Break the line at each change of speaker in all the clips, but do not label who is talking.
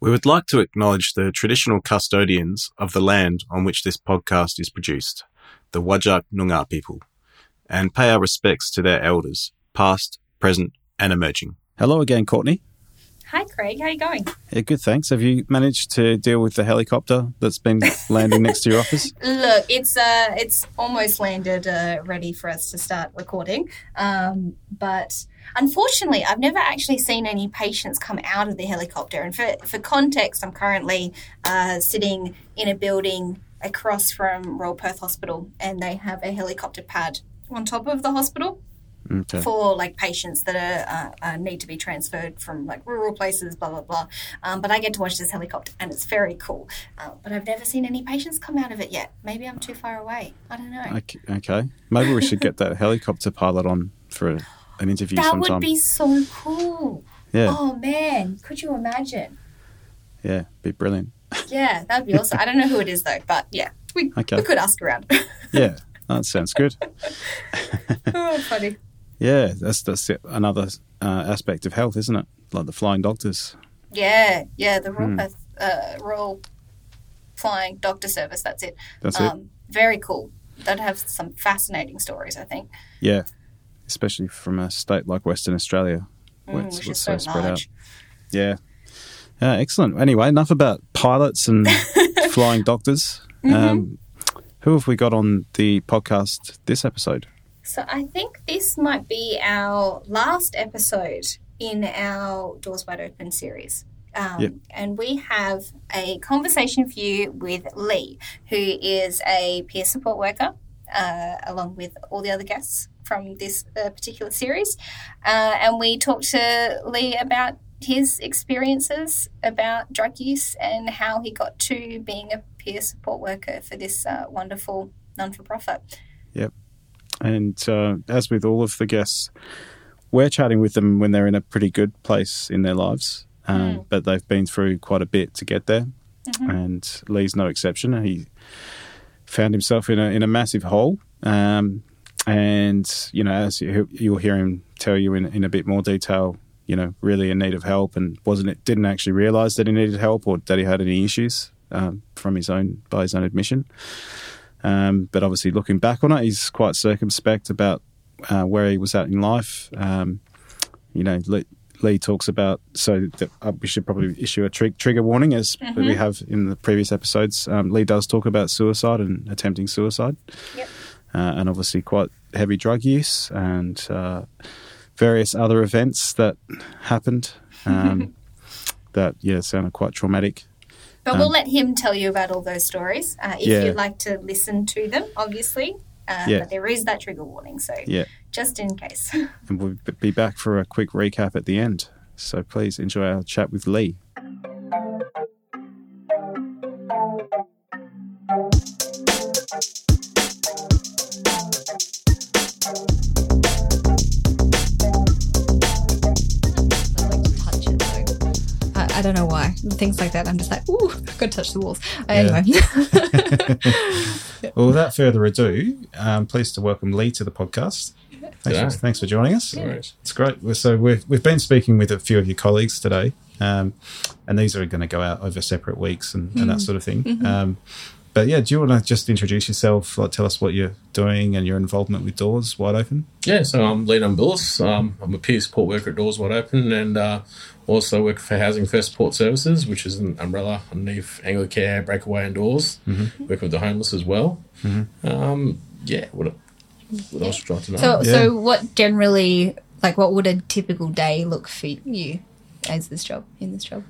We would like to acknowledge the traditional custodians of the land on which this podcast is produced, the Wajak Noongar people, and pay our respects to their elders, past, present, and emerging.
Hello again, Courtney.
Hi, Craig. How you going?
Yeah, good, thanks. Have you managed to deal with the helicopter that's been landing next to your office?
Look, it's uh, it's almost landed, uh, ready for us to start recording. Um, but unfortunately, I've never actually seen any patients come out of the helicopter. And for for context, I'm currently uh, sitting in a building across from Royal Perth Hospital, and they have a helicopter pad on top of the hospital
Okay.
for like patients that are, uh, uh, need to be transferred from like rural places, blah blah blah. Um, but I get to watch this helicopter, and it's very cool. Uh, but I've never seen any patients come out of it yet. Maybe I'm too far away. I don't know.
Okay, okay. Maybe we should get that helicopter pilot on for a, an interview
that
sometime.
would be so cool.
yeah,
Oh man, could you imagine?
yeah, be brilliant.
Yeah, that'd be awesome. I don't know who it is though, but yeah, we,
Okay.
we could ask around.
Yeah, that sounds good.
oh, funny.
Yeah, that's that's it. another uh, aspect of health, isn't it? Like the flying doctors.
Yeah, yeah, the Royal,
Hmm.
Perth, uh, Royal Flying Doctor Service. That's it.
That's it.
Um, very cool. That'd have some fascinating stories, I think.
Yeah, especially from a state like Western Australia, where
Mm,
it's,
which is
it's
so
so spread
large.
out. Yeah. Yeah, excellent. Anyway, enough about pilots and flying doctors. Um, who have we got on the podcast this episode?
So I think this might be our last episode in our Doors Wide Open series. Um,
Yep.
And we have a conversation for you with Lee, who is a peer support worker, uh, along with all the other guests from this uh, particular series. Uh, and we talked to Lee about his experiences about drug use and how he got to being a peer support worker for this uh, wonderful non for profit.
And uh, as with all of the guests, we're chatting with them when they're in a pretty good place in their lives, um, but they've been through quite a bit to get there. And Lee's no exception. He found himself in a in a massive hole, um, and you know, as you, you'll hear him tell you in in a bit more detail, you know, really in need of help, and wasn't it didn't actually realise that he needed help or that he had any issues um, from his own by his own admission. Um, but obviously, looking back on it, he's quite circumspect about uh, where he was at in life. Um, you know, Lee, Lee talks about so that uh, we should probably issue a trig- trigger warning, as we have in the previous episodes. Um, Lee does talk about suicide and attempting suicide,
Yep.
uh, and obviously quite heavy drug use and uh, various other events that happened um, that yeah sounded quite traumatic.
But we'll let him tell you about all those stories uh, if
Um, Yeah.
you'd like to listen to them, obviously. Uh,
Yeah.
But there is that trigger warning, so
Yeah.
just in case.
and we'll b- be back for a quick recap at the end. So please enjoy our chat with Lee.
I like to touch it though. I, I don't know why. Things like that. I'm just like, ooh, I've got to touch the walls. Uh,
Yeah.
Anyway.
Well, without further ado, I'm pleased to welcome Lee to the podcast. Thanks,
Yeah.
for, thanks for joining us.
worries.
It's great. We're- So we've, we've been speaking with a few of your colleagues today, um, and these are going to go out over separate weeks and, and that sort of thing. Um, but yeah, do you want to just introduce yourself? Like, tell us what you're doing and your involvement with Doors Wide Open.
Yeah, so I'm Leon Billis. Um, I'm a peer support worker at Doors Wide Open and uh, also work for Housing First Support Services, which is an umbrella underneath Anglicare, Breakaway, and Doors. Work with the homeless as well. Um, yeah, what, what else would you like to know?
so,
Yeah.
so what generally, like, what would a typical day look for you as this job, in this job?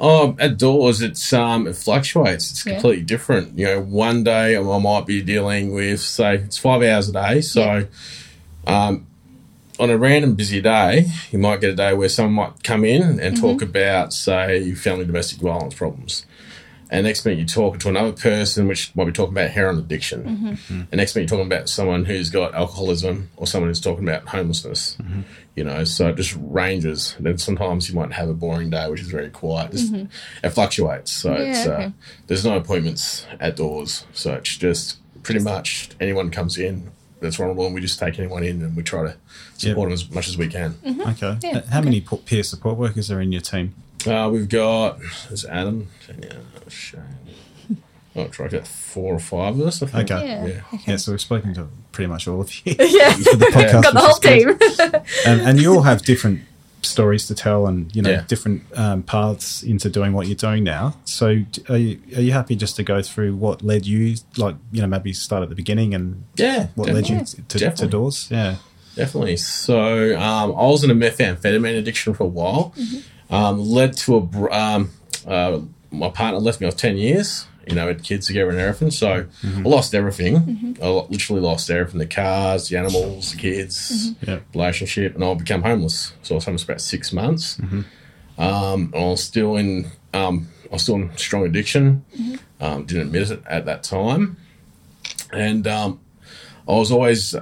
Um, at doors, it's um, it fluctuates. It's
Yeah.
completely different. You know, one day I might be dealing with say it's five hours a day. So, um, on a random busy day, you might get a day where someone might come in and talk about say family domestic violence problems. And next minute you're talking to another person, which might be talking about heroin addiction. And next minute you're talking about someone who's got alcoholism or someone who's talking about homelessness you know so it just ranges then sometimes you might have a boring day which is very quiet just, it fluctuates so it's uh,
okay.
there's no appointments at doors so it's just pretty much anyone comes in that's vulnerable and we just take anyone in and we try to support them as much as we can
Okay.
Yeah,
How many po- peer support workers are in your team?
Uh, we've got is Adam. Yeah, Shane. Oh, try got four or five of us. I think.
Okay.
Yeah.
Yeah.
Yeah, so we've spoken to pretty much all of you.
Yeah.
for the podcast,
Got the
which
whole
is good.
team.
and, and you all have different stories to tell and you know
Yeah.
different um, paths into doing what you're doing now so d- are you, are you happy just to go through what led you like you know maybe start at the beginning and
Yeah.
what
definitely.
led you to, to
Definitely.
doors yeah
Definitely. So um, I was in a methamphetamine addiction for a while. Um, led to a br- um, uh, my partner left me. I was ten years. You know, had kids together and everything. So I lost everything. I lo- literally lost everything: the cars, the animals, the kids,
Yeah.
relationship, and I became homeless. So I was homeless for about six months. Um, I was still in. Um, I was still in strong addiction. Um, didn't admit it at that time, and um, I was always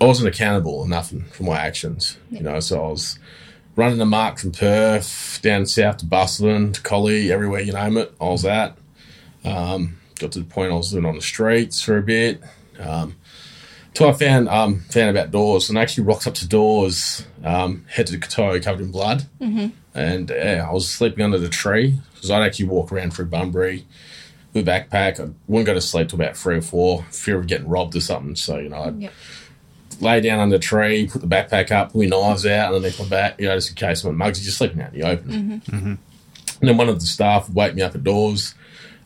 I wasn't accountable enough for my actions. You know, so I was running the mark from Perth down south to Bustling to Collie, everywhere you name it. I was at. Um, got to the point I was living on the streets for a bit. Um, till I found um, found about doors and actually rocked up to doors um, head to toe covered in blood. Mm-hmm. And yeah, I was sleeping under the tree because I'd actually walk around through Bunbury with a backpack. I wouldn't go to sleep till about three or four, fear of getting robbed or something. So you know, I'd
Yep.
lay down under a tree, put the backpack up, pull your knives out underneath my back, you know, just in case someone mugs you, just sleeping out in the open. And then one of the staff would wake me up at doors.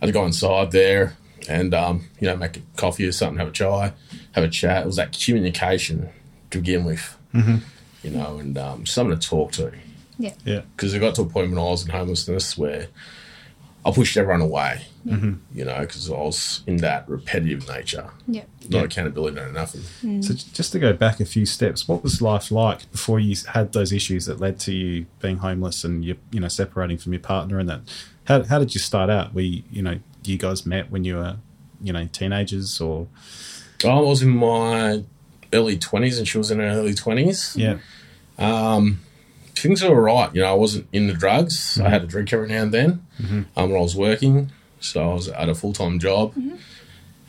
I'd go inside there and, um, you know, make a coffee or something, have a chai, have a chat. It was that communication to begin with, you know, and um, someone to talk to
yeah
because it got to a point when I was in homelessness where I pushed everyone away, you know, because I was in that repetitive nature,
Yeah.
not accountability, no nothing.
so j- just to go back a few steps what was life like before you had those issues that led to you being homeless and you you know separating from your partner and that how, how did you start out we you know you guys met when you were you know teenagers or
I was in my early 20s and she was in her early 20s.
yeah
Things were all right. You know, I wasn't into drugs. I had a drink every now and then um, when I was working. So I was at a full time job.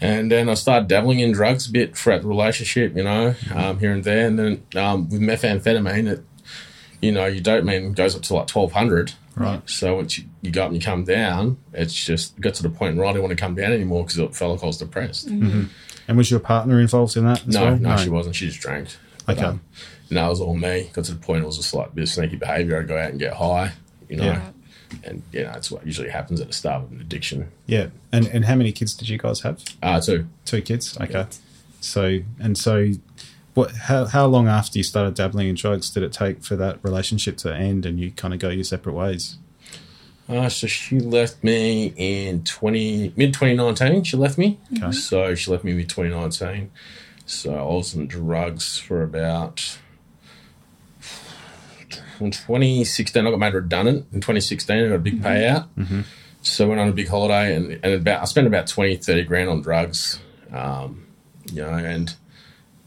And then I started dabbling in drugs a bit throughout the relationship, you know, um, here and there. And then um, with methamphetamine, it, you know, your dopamine goes up to like 1200.
right
So once you, you go up and you come down, it's just got to the point where I didn't want to come down anymore because it felt like I was depressed.
And was your partner involved in that? As
No,
well?
no, she wasn't. She just drank.
Okay.
um, No, it was all me. Got to the point it was just like a bit of sneaky behaviour. I'd go out and get high, you know.
Yeah.
And you know, that's what usually happens at the start of an addiction.
yeah. And and how many kids did you guys have?
Ah, too.
Two kids. Okay. So and so, what? How how long after you started dabbling in drugs did it take for that relationship to end and you kind of go your separate ways?
Uh, so she left me in twenty mid twenty nineteen. She left me.
Okay.
So she left me mid twenty nineteen. So I was on drugs for about in twenty sixteen. I got made redundant in twenty sixteen. I got a big payout. So went on a big holiday and, and about I spent about 20, 30 grand on drugs. Um, you know, and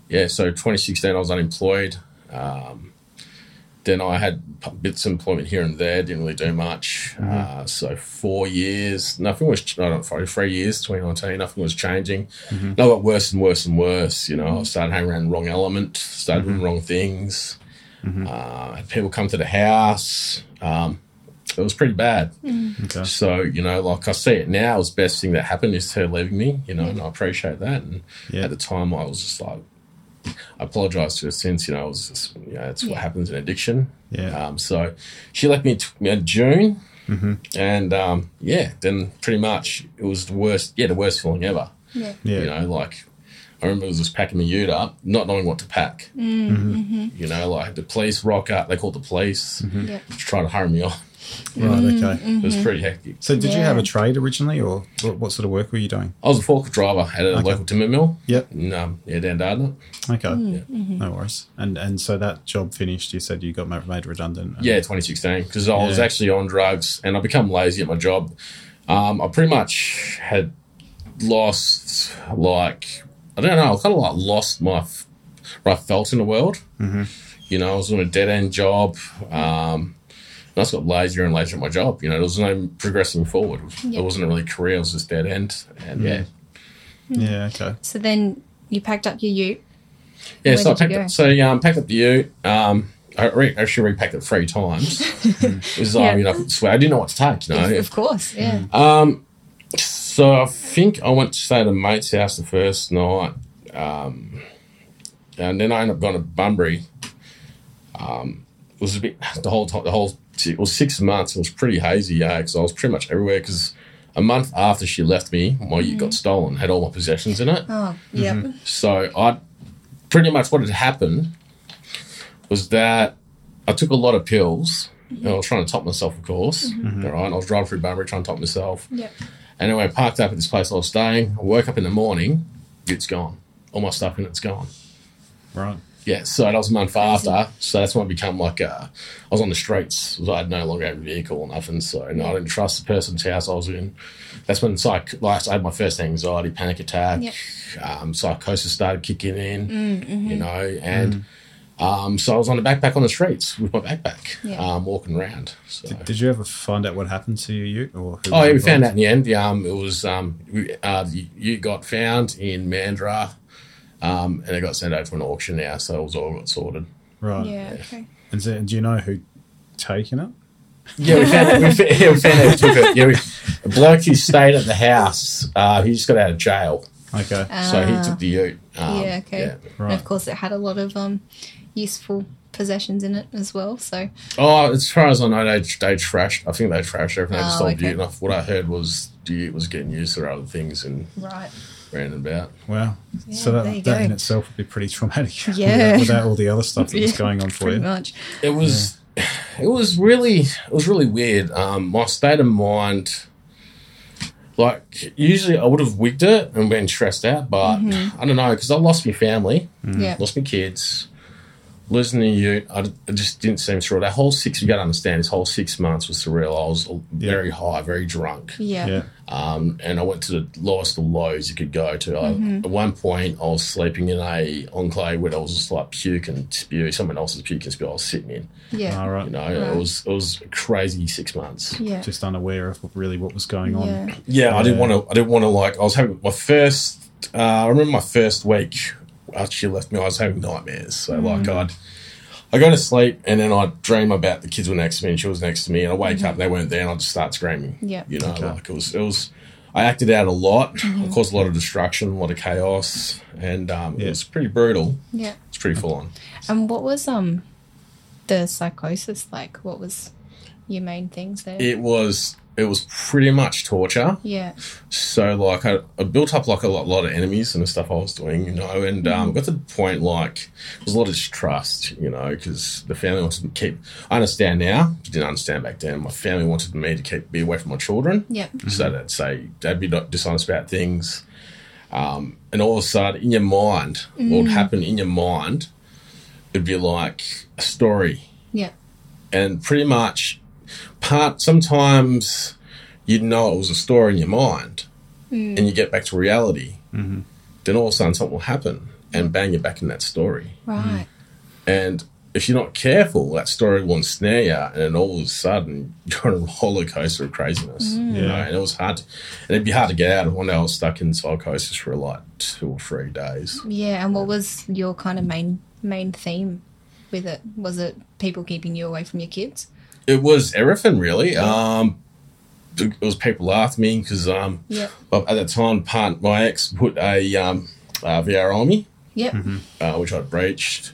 yeah, so 2016 I was unemployed. Um, then I had p- bits of employment here and there, didn't really do much.
Mm-hmm.
Uh, so four years, nothing was, ch- no, not sorry, three years, 2019, nothing was changing.
Mm-hmm.
No, it got worse and worse and worse. You know, I started hanging around the wrong element, started
Mm-hmm.
doing wrong things. Uh, had people come to the house. Um, it was pretty bad.
Okay.
So, you know, like I see it now, it's the best thing that happened is her leaving me, you know, and I appreciate that. And
Yeah.
at the time, I was just like, I apologize to her since, you know, I was just, you know, that's what happens in addiction.
Yeah. Mm-hmm.
Um, so she left me in t- in June. And um, yeah, then pretty much it was the worst, yeah, the worst feeling ever.
Yeah.
Yeah.
You know, like I remember it was just packing my ute up, not knowing what to pack.
Mm-hmm.
You know, like the police rock up, they called the police
Yeah.
to try to hurry me on.
Right. Okay.
It was pretty hectic.
So did you
Yeah.
have a trade originally, or what, what sort of work were you doing?
I was a forklift driver at a local timber mill.
Yep.
In, um, yeah, down Dardanup.
Okay.
Mm, mm-hmm.
No worries. And and so that job finished. You said you got ma- made redundant. and-
Yeah, 2016. Because I was
Yeah.
actually on drugs and I become lazy at my job. Um, I pretty much had lost, like, I don't know, I kind of like lost my, f- where I felt in the world. Mm-hmm. You know, I was on a dead end job. Um, and I just got lazier and lazier at my job. You know, there was no progressing forward. It wasn't really a career, it was just dead end. And yeah.
Mm-hmm.
Yeah. Okay.
So then you packed up your ute.
Yeah,
Where
so I
did you
packed
go?
up, so yeah, um, packed up the ute, um, I re- actually repacked it three times. it was like,
Yeah.
you know, swear, I didn't know what to take, you know.
Of course, yeah.
Mm.
Um, so I think I went to stay at a mate's house the first night, um, and then I ended up going to Bunbury. Um, it was a bit the whole time. The whole it was six months. It was pretty hazy, yeah, because I was pretty much everywhere. Because a month after she left me, my you got stolen, had all my possessions in it.
Oh, yep.
So I pretty much what had happened was that I took a lot of pills. and I was trying to top myself, of course. All right, I was driving through Bunbury trying to top myself.
Yep.
Anyway, I parked up at this place I was staying. I woke up in the morning, it's gone. All my stuff in it's gone.
Right.
Yeah, so that was a month after. So that's when I become like, uh, I was on the streets. I had no longer had a vehicle or nothing. So no, I didn't trust the person's house I was in. That's when psych- like, I had my first anxiety, panic attack, um, psychosis started kicking in, you know. And um, so I was on a backpack on the streets with my backpack,
Yeah.
um, walking around. So.
Did you ever find out what happened to you? Ute, Or who
Oh,
was
yeah, we
involved?
found out in the end. Um, it was um, we, uh, you, you got found in Mandra, um, and it got sent out to an auction now, so it was all got sorted.
Right.
Yeah, okay.
And so, do you know who taken it?
Yeah, we found, we found, yeah, we found out who took it. Yeah, we, a bloke who stayed at the house, uh, he just got out of jail,
Okay.
so he
Ah.
took the ute. Um,
yeah, okay. And
right.
of course, it had a lot of um, useful possessions in it as well. So,
Oh, as far as I know, they they trashed. I think they trashed everything. They just
Oh,
sold
okay.
the ute. And I- what I heard was the ute was getting used for other things and
right.
ran about.
Wow. so
Yeah,
that,
there you
that in
go.
itself would be pretty traumatic. without-
Yeah.
Without, all the other stuff that was going on for
Pretty
you.
much.
it was it was really it was really weird um my state of mind like usually i would have wigged it and been stressed out but i don't know because i lost my family
Yeah.
lost my kids losing the ute I, d- I just didn't seem surreal that whole six you gotta understand this whole six months was surreal i was very high very drunk
Yeah.
Yeah.
um, and I went to the lowest of lows you could go to. I, at one point, I was sleeping in a enclave where I was just like puke and spew. Someone else's puke and spew. I was sitting in.
Yeah.
All right.
You know,
Right.
it was it was a crazy six months.
Yeah.
Just unaware of what- really what was going on.
Yeah.
Yeah, I didn't want to. I didn't want to like. I was having my first. Uh, I remember my first week after she left me. I was having nightmares. So like
Mm.
I'd. I go to sleep and then I dream about the kids were next to me and she was next to me and I wake up and they weren't there and I just start screaming.
Mm-hmm. Yeah. Mm-hmm.
you know, like it was it was. I acted out a lot. I caused a lot of destruction, a lot of chaos, and um, it
Yeah.
was pretty brutal.
Yeah.
It's pretty full on.
And what was um the psychosis like? What was your main things there?
It was it was pretty much torture.
yeah.
so like I, I built up like a lot, lot of enemies and the stuff I was doing, you know, and um, got to the point like there was a lot of distrust, you know, because the family wanted to keep. I understand now, didn't understand back then. My family wanted me to keep be away from my children,
Yeah.
so they'd say they'd be not dishonest about things, um, and all of a sudden in your mind, what would happen in your mind, it'd be like a story
Yeah.
and pretty much part sometimes you'd know it was a story in your mind and you get back to reality then all of a sudden something will happen and bang you're back in that story
Right.
and if you're not careful that story will ensnare you and then all of a sudden you're on a roller coaster of craziness you know
Yeah.
and it was hard to, and it'd be hard to get out and one day i was stuck in psychosis for like two or three days
Yeah. And what was your kind of main main theme with it? Was it people keeping you away from your kids?
it was everything really um it was people after me because um
Yeah.
Well, at that time, part my ex put a um, uh, VR on me,
Yeah.
uh, which I breached,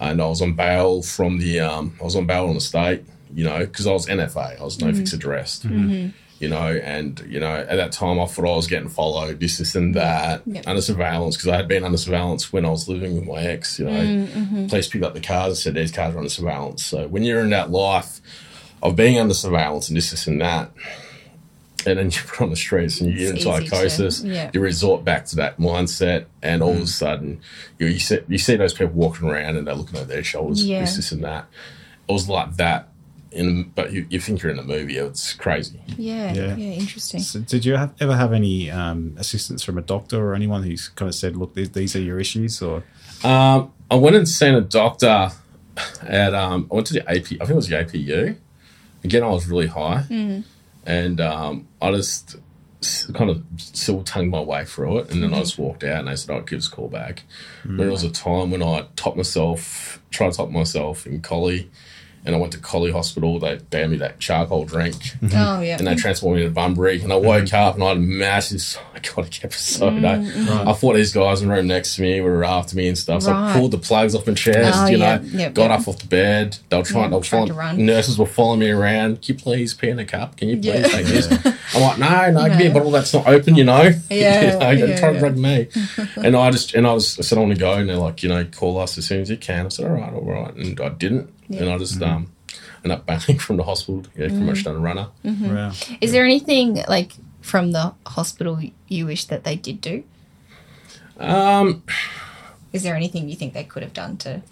and I was on bail from the. Um, I was on bail on the state, you know, because I was NFA. I was
Mm-hmm.
no fixed arrest, you know, and you know at that time I thought I was getting followed, this, this, and that,
Yep.
under surveillance because I had been under surveillance when I was living with my ex. You know,
Mm, mm-hmm.
police picked up the cars and said these cars are under surveillance. So when you're in that life of being under surveillance and this, this, and that. And then you put on the streets and you get in
It's easy to-
psychosis.
yeah.
You resort back to that mindset, and all of a sudden, you, you see you see those people walking around and they're looking over their shoulders,
Yeah.
this, this, and that. It was like that, in but you, you think you're in a movie. It's crazy.
Yeah. Yeah.
Yeah. Mm-hmm.
Interesting.
So did you have, ever have any um, assistance from a doctor or anyone who's kind of said, look, these, these are your issues? Or
Um, I went and seen a doctor at um, I went to the AP. I think it was the APU. Again, I was really high, and um, I just s- kind of silver tongued my way through it, and then I just walked out and they said, "Oh, give us a call back." But There was a time when I topped myself, tried to top myself in Collie, and I went to Collie Hospital. They gave me that charcoal drink,
Oh, yeah.
and they transformed me to Bunbury. And I woke up and I had a massive psychotic episode.
Mm-hmm.
I, I thought these guys in the room next to me were after me and stuff. So I
Right.
pulled the plugs off my chest,
Oh,
you know,
yeah, yeah,
got
yeah.
up off the bed. They were
Yeah,
trying, they were
tried
trying
to
to
run.
run. Nurses were following me around. Can you please pee in a cup? Can you please
Yeah.
take this? I'm like, no, no, give me a
No.
bottle that's not open, you know.
Yeah,
you know,
yeah,
try
yeah.
to drug me. and I just and I was I said I want to go and they're like, you know, call us as soon as you can. I said, All right, all right. And I didn't. And I just um ended up bailing from the hospital, yeah,
Mm-hmm.
pretty much done a runner.
Wow.
Is there anything like from the hospital you wish that they did do?
Um
Is there anything you think they could have done to?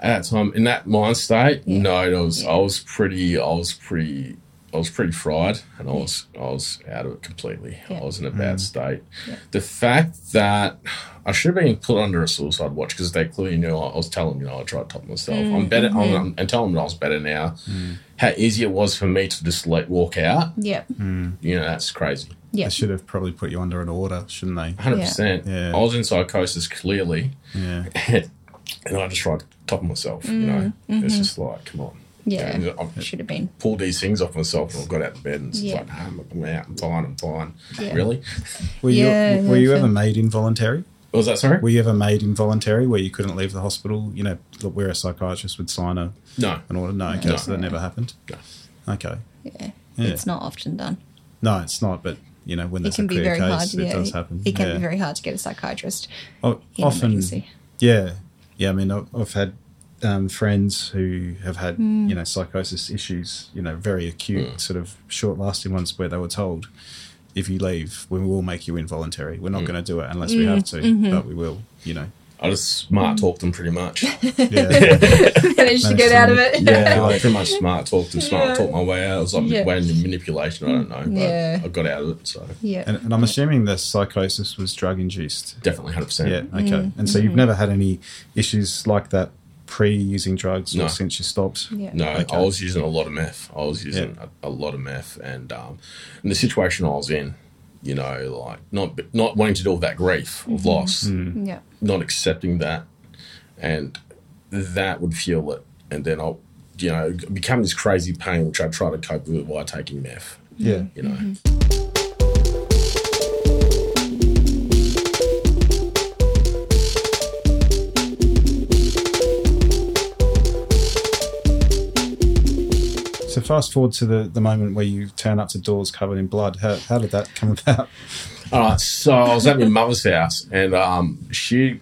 at that time in that mind state,
Yeah.
no, I was
Yeah.
I was pretty I was pretty I was pretty fried and I was I was out of it completely.
Yeah.
I was in a bad state. The fact that I should have been put under a suicide watch because they clearly knew I, I was telling you know I tried to top myself.
Mm.
I'm better.
Mm-hmm.
I'm, I'm, and tell them that I was better now. How easy it was for me to just like walk out.
Yeah.
You know that's crazy.
Yeah.
They should have probably put you under an order, shouldn't they?
Hundred percent.
Yeah.
I was in psychosis clearly,
Yeah.
and I just tried to top myself. You know,
Mm-hmm.
it's just like come on.
Yeah.
You know, I've
Should have been.
pulled these things off myself and I got out of bed and it's
Yeah.
like, nah, I'm, I'm out, I'm fine, I'm fine.
Yeah.
Really?
Were
Yeah,
you
yeah,
were you
sure.
ever made involuntary?
What was that sorry?
Were you ever made involuntary where you couldn't leave the hospital? You know, look, where a psychiatrist would sign a
no.
an order. No, okay,
No.
so that never happened. Okay.
Yeah.
Yeah.
It's not often done.
No, it's not. But you know, when
It
there's a
can be
clear
very
case,
hard.
it
yeah.
does happen.
It can
yeah.
be very hard to get a psychiatrist.
O-
in
often,
emergency.
yeah, yeah. I mean, I've, I've had um, friends who have had you know psychosis issues, you know, very acute, sort of short-lasting ones, where they were told, if you leave, we will make you involuntary. We're not going to do it unless we have to, but we will. You know,
I just
Mm.
smart talked them pretty much.
yeah,
Managed to
Managed
get
to-
out of it.
yeah, I pretty much smart talked them, smart
Yeah.
talked my way out. It was like
Yeah.
way into manipulation, I don't know, but
Yeah.
I got out of it. So
Yeah.
and, and I'm assuming the psychosis was drug-induced.
definitely 100%.
Yeah, okay. And so you've never had any issues like that pre using drugs
No.
or since you stopped?
Yeah.
No,
Okay.
I was using a lot of meth. I was using a, a lot of meth, and um, and the situation I was in, you know, like not not wanting to deal with that grief of
Mm-hmm.
loss,
Mm.
Yeah.
not accepting that and that would fuel it and then i'll you know become this crazy pain which i try to cope with while taking meth
Yeah.
you know
So fast forward to the, the moment where you turn up to doors covered in blood. How, how did that come about?
all right so i was at my mother's house and um she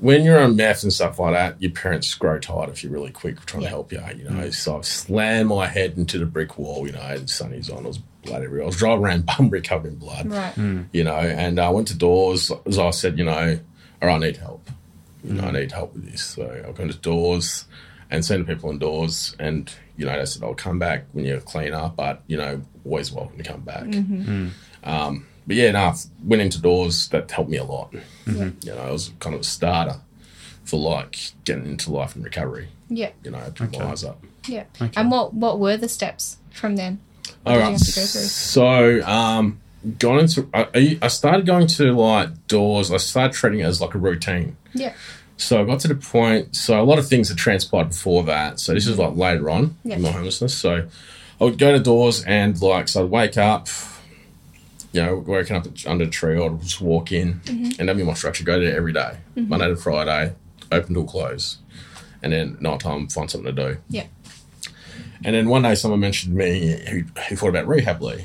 when you're on meth and stuff like that your parents grow tired of you really quick trying to help you out you know so i slammed my head into the brick wall you know and sunny's on it was blood everywhere i was driving around bunbury covered in blood
Right.
you know, and I went to doors as I said, you know, or I need help. You know, I need help with this. So I've gone to doors and seen the people on doors and, you know, they said, I'll come back when you're cleaner, but, you know, always welcome to come back. Um, but yeah, no, went into doors, that helped me a lot. You know, it was kind of a starter for like getting into life and recovery,
Yeah.
you know, open my eyes up.
Yeah. And what what were the steps from then? What
All
did you
right.
have to go through?
So, um, gone into I, I started going to like doors. I started treating it as like a routine.
Yeah.
So I got to the point. So a lot of things had transpired before that. So this is like later on
Yeah.
in my homelessness. So I would go to doors and like so I'd wake up. You know, waking up under a tree, or I'd just walk in,
Mm-hmm.
and that'd be my structure. Go there every day, Monday to Friday, open till close, and then night time find something to do.
Yeah.
And then one day someone mentioned me who, who thought about rehab Lee.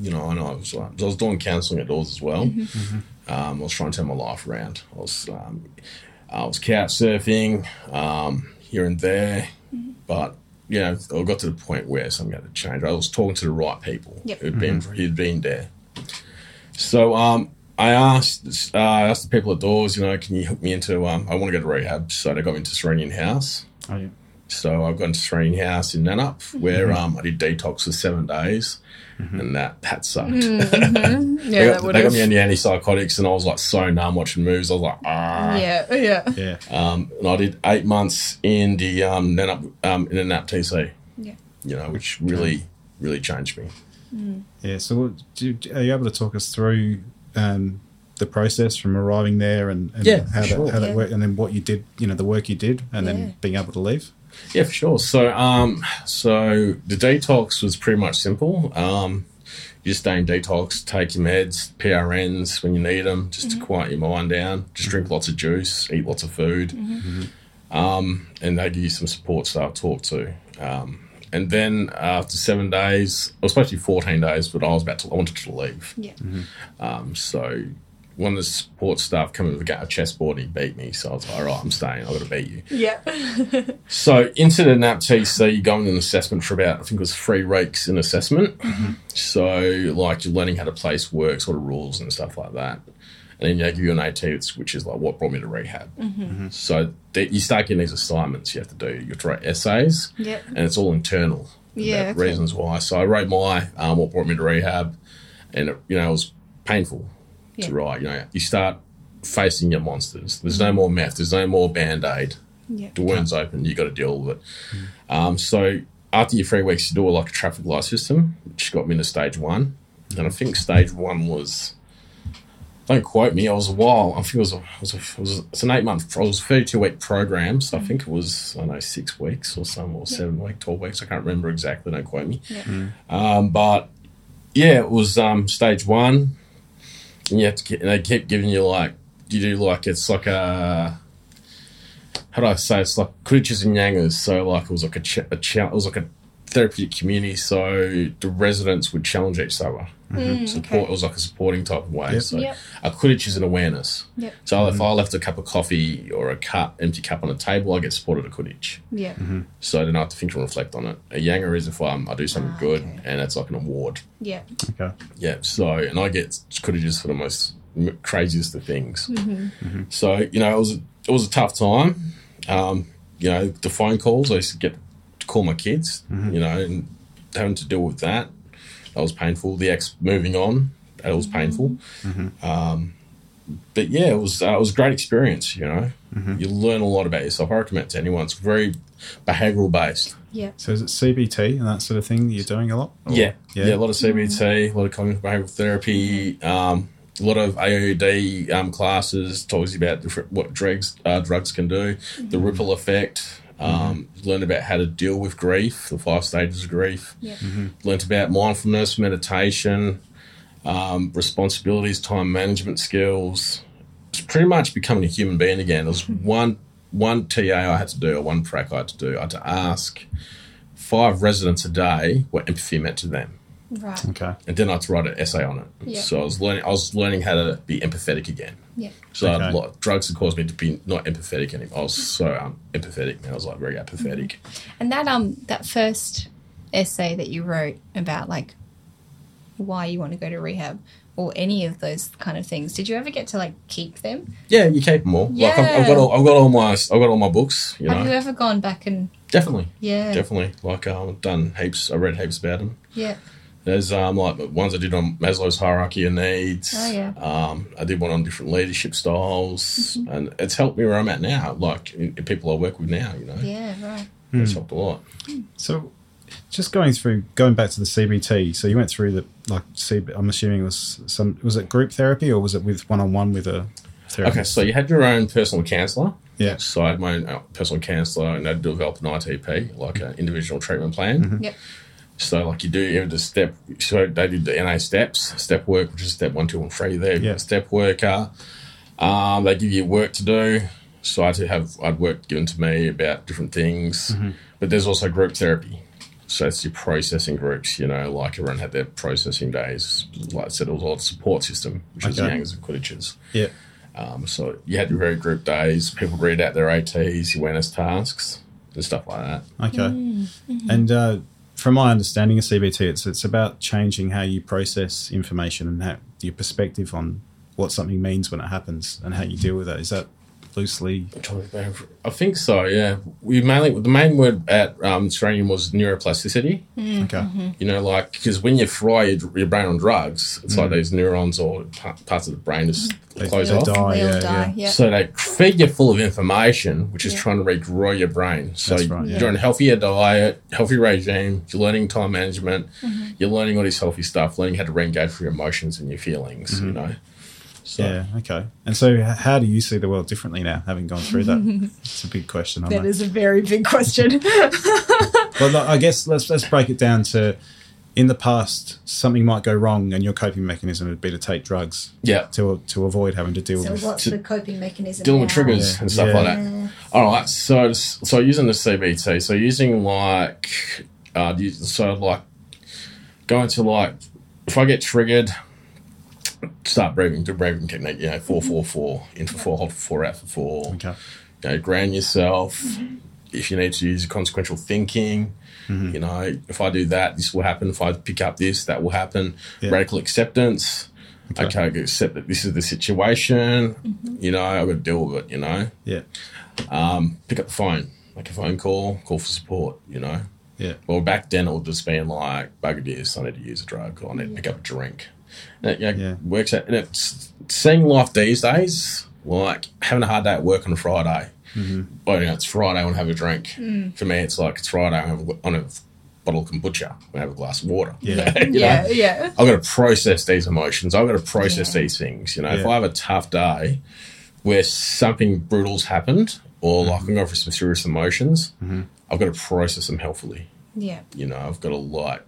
You know, and I was like, I was doing counselling at doors as well.
Mm-hmm.
Um, I was trying to turn my life around. I was, um, I was couch surfing um, here and there,
Mm-hmm.
but you know, I got to the point where something had to change. I was talking to the right people
Yep.
who'd been
Mm-hmm.
who'd been there. So um, I asked, uh, I asked the people at doors, you know, can you hook me into? Um, I want to go to rehab, so they got me into Serenian House.
Oh, yeah.
So I've gone to Serene House in Nanup
Mm-hmm.
where um, I did detox for seven days,
Mm-hmm.
and that that sucked.
Mm, Mm-hmm. Yeah.
they
That
got,
would
they
have.
got me on the antipsychotics, and I was like so numb watching movies. I was like, ah.
Yeah. Yeah.
Yeah.
Um, and I did eight months in the um, Nanup um, in Nanup TC.
Yeah.
You know, which really really changed me.
Yeah. So, what, do, you- are you able to talk us through um, the process from arriving there and, and
Yeah,
how,
sure.
that, how
Yeah.
that worked, and then what you did, you know, the work you did, and
Yeah.
then being able to leave?
Yeah, for sure. So, um, so the detox was pretty much simple. Um, you just stay in detox, take your meds, PRNs when you need them, just to quiet your mind down. Just drink lots of juice, eat lots of food, um, and they give you some support staff to talk to. Um, and then after seven days, it was supposed to be fourteen days, but I was about to, I wanted to leave.
Yeah.
Um, so one of the support staff came over and got a chessboard and he beat me. So I was like, all right, I'm staying. I've got to beat you.
Yeah.
So incident at TC, you go into an assessment for about I think it was three weeks in assessment. So like you're learning how to place work, sort of rules and stuff like that. And then they give you an AT, it's- which is like what brought me to rehab. So they, you start getting these assignments you have to do. You have to write essays,
Yep.
and it's all internal.
Yeah,
about
okay.
Reasons why. So I wrote my um, what brought me to rehab, and it, you know it was painful
Yeah.
to write. You know you start facing your monsters. There's no more meth. There's no more band aid
Yeah.
the wound's open, you got to deal with it. Um, so after your three weeks, you do like a traffic light system, which got me into stage one. And I think stage one was, don't quote me, I was a while. I think it was, a, it was, a, it was it's an eight month, it was a 32 week program. So I
Mm.
think it was, I don't know, six weeks or some, or seven week, 12 weeks. I can't remember exactly, don't quote me.
Yeah.
Um, but yeah, it was um, stage one. And you have to get, and they keep giving you like, you do like, it's like a, how do I say it's like Quidditches and Yangas. So like it was like a, ch- a ch- it was like a therapeutic community. So the residents would challenge each other.
Mm,
Support. It was like a supporting type of way.
Yep.
So
Yep.
a Quidditch is an awareness.
Yep.
So if I left a cup of coffee or a cup, empty cup on a table, I get supported at Quidditch.
Yeah.
So then I have to think and reflect on it. A Yanga is if um, I do something
Ah,
good,
okay.
and that's like an award.
Yeah.
Okay.
Yeah. So, and I get cottages for the most m- craziest of things. So, you know, it was it was a tough time. Um, you know, the phone calls I used to get to call my kids. You know, and having to deal with that, that was painful. The ex moving on, that was painful. Um, but yeah, it was uh, it was a great experience. You know, you learn a lot about yourself. I recommend it to anyone. It's very behavioural based.
Yeah.
So is it CBT and that sort of thing that you're doing a lot? Or-
Yeah.
Oh, Yeah.
yeah, a lot of CBT, a lot of cognitive behavioral therapy, um, a lot of AOD um, classes talks about different, what drugs uh, drugs can do, the ripple effect. Um, Learned about how to deal with grief, the five stages of grief.
Yeah.
Mm-hmm.
Learned about mindfulness, meditation, um, responsibilities, time management skills. It's pretty much becoming a human being again. It was one one TA I had to do, or one prac I had to do. I had to ask five residents a day what empathy meant to them
Right.
Okay.
and then I had to write an essay on it.
Yeah.
So I was learning. I was learning how to be empathetic again.
Yeah.
So I had
Okay.
lo- drugs had caused me to be not empathetic anymore. I was so um, empathetic, man. I was like very apathetic.
And that um that first essay that you wrote about like why you want to go to rehab or any of those kind of things, did you ever get to like keep them?
Yeah, you keep them all. Like I've, I've
Yeah.
got all. I've got all my. I've got all my books. You know,
Have you ever gone back and
definitely,
yeah
definitely. Like um, I've done heaps. I read heaps about them.
yeah
There's um like the ones I did on Maslow's hierarchy of needs.
Oh, yeah. Mm-hmm.
Um, I did one on different leadership styles, and it's helped me where I'm at now. Like in- in people I work with now, you know,
yeah right
it's helped a lot.
So just going through, going back to the CBT. So you went through the, like, CB, I'm assuming it was some, was it group therapy or was it with one on one with a
Okay,
therapist?
so you had your own personal counsellor.
Yeah.
So I had my own uh, personal counsellor and I developed an ITP,
Mm-hmm.
like an individual treatment plan.
yep
So like you do you have the step so they did the NA steps, step work, which is step one, two, and three there.
Yeah.
Step worker. Um, they give you work to do. So I would have I'd work given to me about different things.
Mm-hmm.
But there's also group therapy. So it's your processing groups, you know, like everyone had their processing days. Like I said, it was all support system, which is
Okay.
Yangs and Quidditches.
Yeah.
Um, so you had your very group days. People read out their ATs, awareness tasks, and stuff like that.
Okay.
Mm, mm-hmm.
And uh, from my understanding of CBT, it's it's about changing how you process information and how your perspective on what something means when it happens and how you deal with it. Is that loosely?
I'm trying to remember. I think so. Yeah, we mainly the main word at um, Australian was neuroplasticity.
Mm,
okay.
mm-hmm.
You know, like because when you fry your, your brain on drugs, it's like those neurons or pa- parts of the brain just
Hmm. They-
close
they
off.
die,
They'll
yeah,
die.
yeah.
Yeah.
So they feed you full of information, which is
Yeah.
trying to regrow your brain. So
That's right, yeah.
you're on a healthier diet, healthy regime. You're learning time management.
Mm-hmm.
You're learning all this healthy stuff. Learning how to re-engage with your emotions and your feelings.
Mm-hmm.
You know. So,
Yeah, okay. And so, h- how do you see the world differently now, having gone through that? it's a big question. I
That
know.
is a very big question.
Well, no, I guess let's let's break it down to in the past, something might go wrong, and your coping mechanism would be to take drugs
yeah.
to to avoid having to deal
so
with.
what's the coping mechanism?
dealing with
now?
triggers
Yeah.
and stuff
Yeah.
like
uh,
that. All right, so so using the CBT, so using like uh, you- so like going to like if I get triggered, start breathing, do breathing technique, you know, four four
Mm-hmm.
four, in for four, hold for four, out for four.
Okay.
You know, ground yourself. If you need to use consequential thinking, you know, if I do that, this will happen. If I pick up this, that will happen.
Yeah.
Radical acceptance.
Okay.
Okay. I can accept that this is the situation. You know, I've got to deal with it, you know.
Yeah.
Pick up the phone, make a phone call, call for support, you know.
Yeah.
Well, back then it would just been like, bugger this, I need to use a drug, or I need to pick up a drink. And it, you know,
Yeah.
works out. And it's seeing life these days, like having a hard day at work on a Friday.
Mm-hmm.
Well, you know, it's Friday, I want to have a drink. For me, it's like, it's Friday, I have on a bottle of kombucha, I have a glass of water.
Yeah.
Yeah, yeah.
I've got to process these emotions. I've got to process these things. You know, if
Yeah.
I have a tough day where something brutal's happened, or like
Mm-hmm.
I'm going through some serious emotions, I've got to process them healthfully.
Yeah,
You know, I've got to like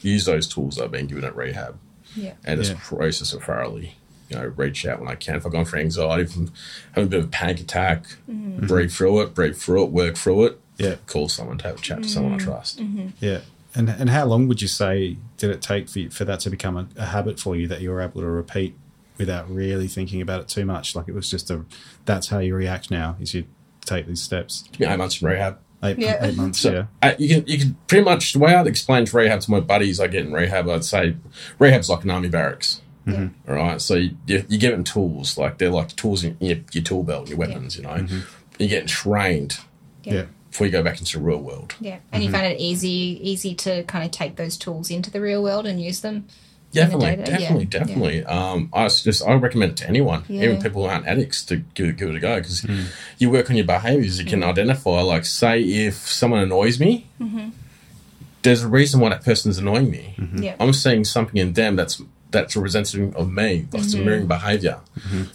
use those tools I've been given at rehab
yeah.
and just
Yeah.
process it thoroughly. You know, reach out when I can. If I've gone through anxiety, if I'm having a bit of a panic attack, breathe through it, breathe through it, work through it.
Mm-hmm. Yeah. Mm-hmm.
Call someone, have a chat to someone I trust.
Yeah. And and how long would you say did it take for you, for that to become a, a habit for you that you were able to repeat without really thinking about it too much? Like it was just a that's how you react now is you take these steps.
You know, eight months in rehab.
Eight,
Yeah.
eight months.
So
yeah.
uh, you can you can pretty much the way I'd explain to rehab to my buddies I get in rehab, I'd say rehab's like an army barracks.
Yeah.
Mm-hmm.
All right, so you, you, you give them tools like they're like tools in your, your tool belt, your weapons. You know, you're getting trained
Yeah.
Yeah. Mm-hmm.
before you go back into the real world.
Yeah, and you found it easy easy to kind of take those tools into the real world and use them. in the
Definitely,
data, yeah,
definitely,
yeah.
definitely. Um, I was just I recommend it to anyone,
Yeah.
even people who aren't addicts, to give, give it a go because you work on your behaviors. You can identify, like, say, if someone annoys me,
Mm-hmm.
there's a reason why that person's annoying me.
Mm.
Yeah,
I'm seeing something in them that's that's representative of me. That's a mirroring behavior.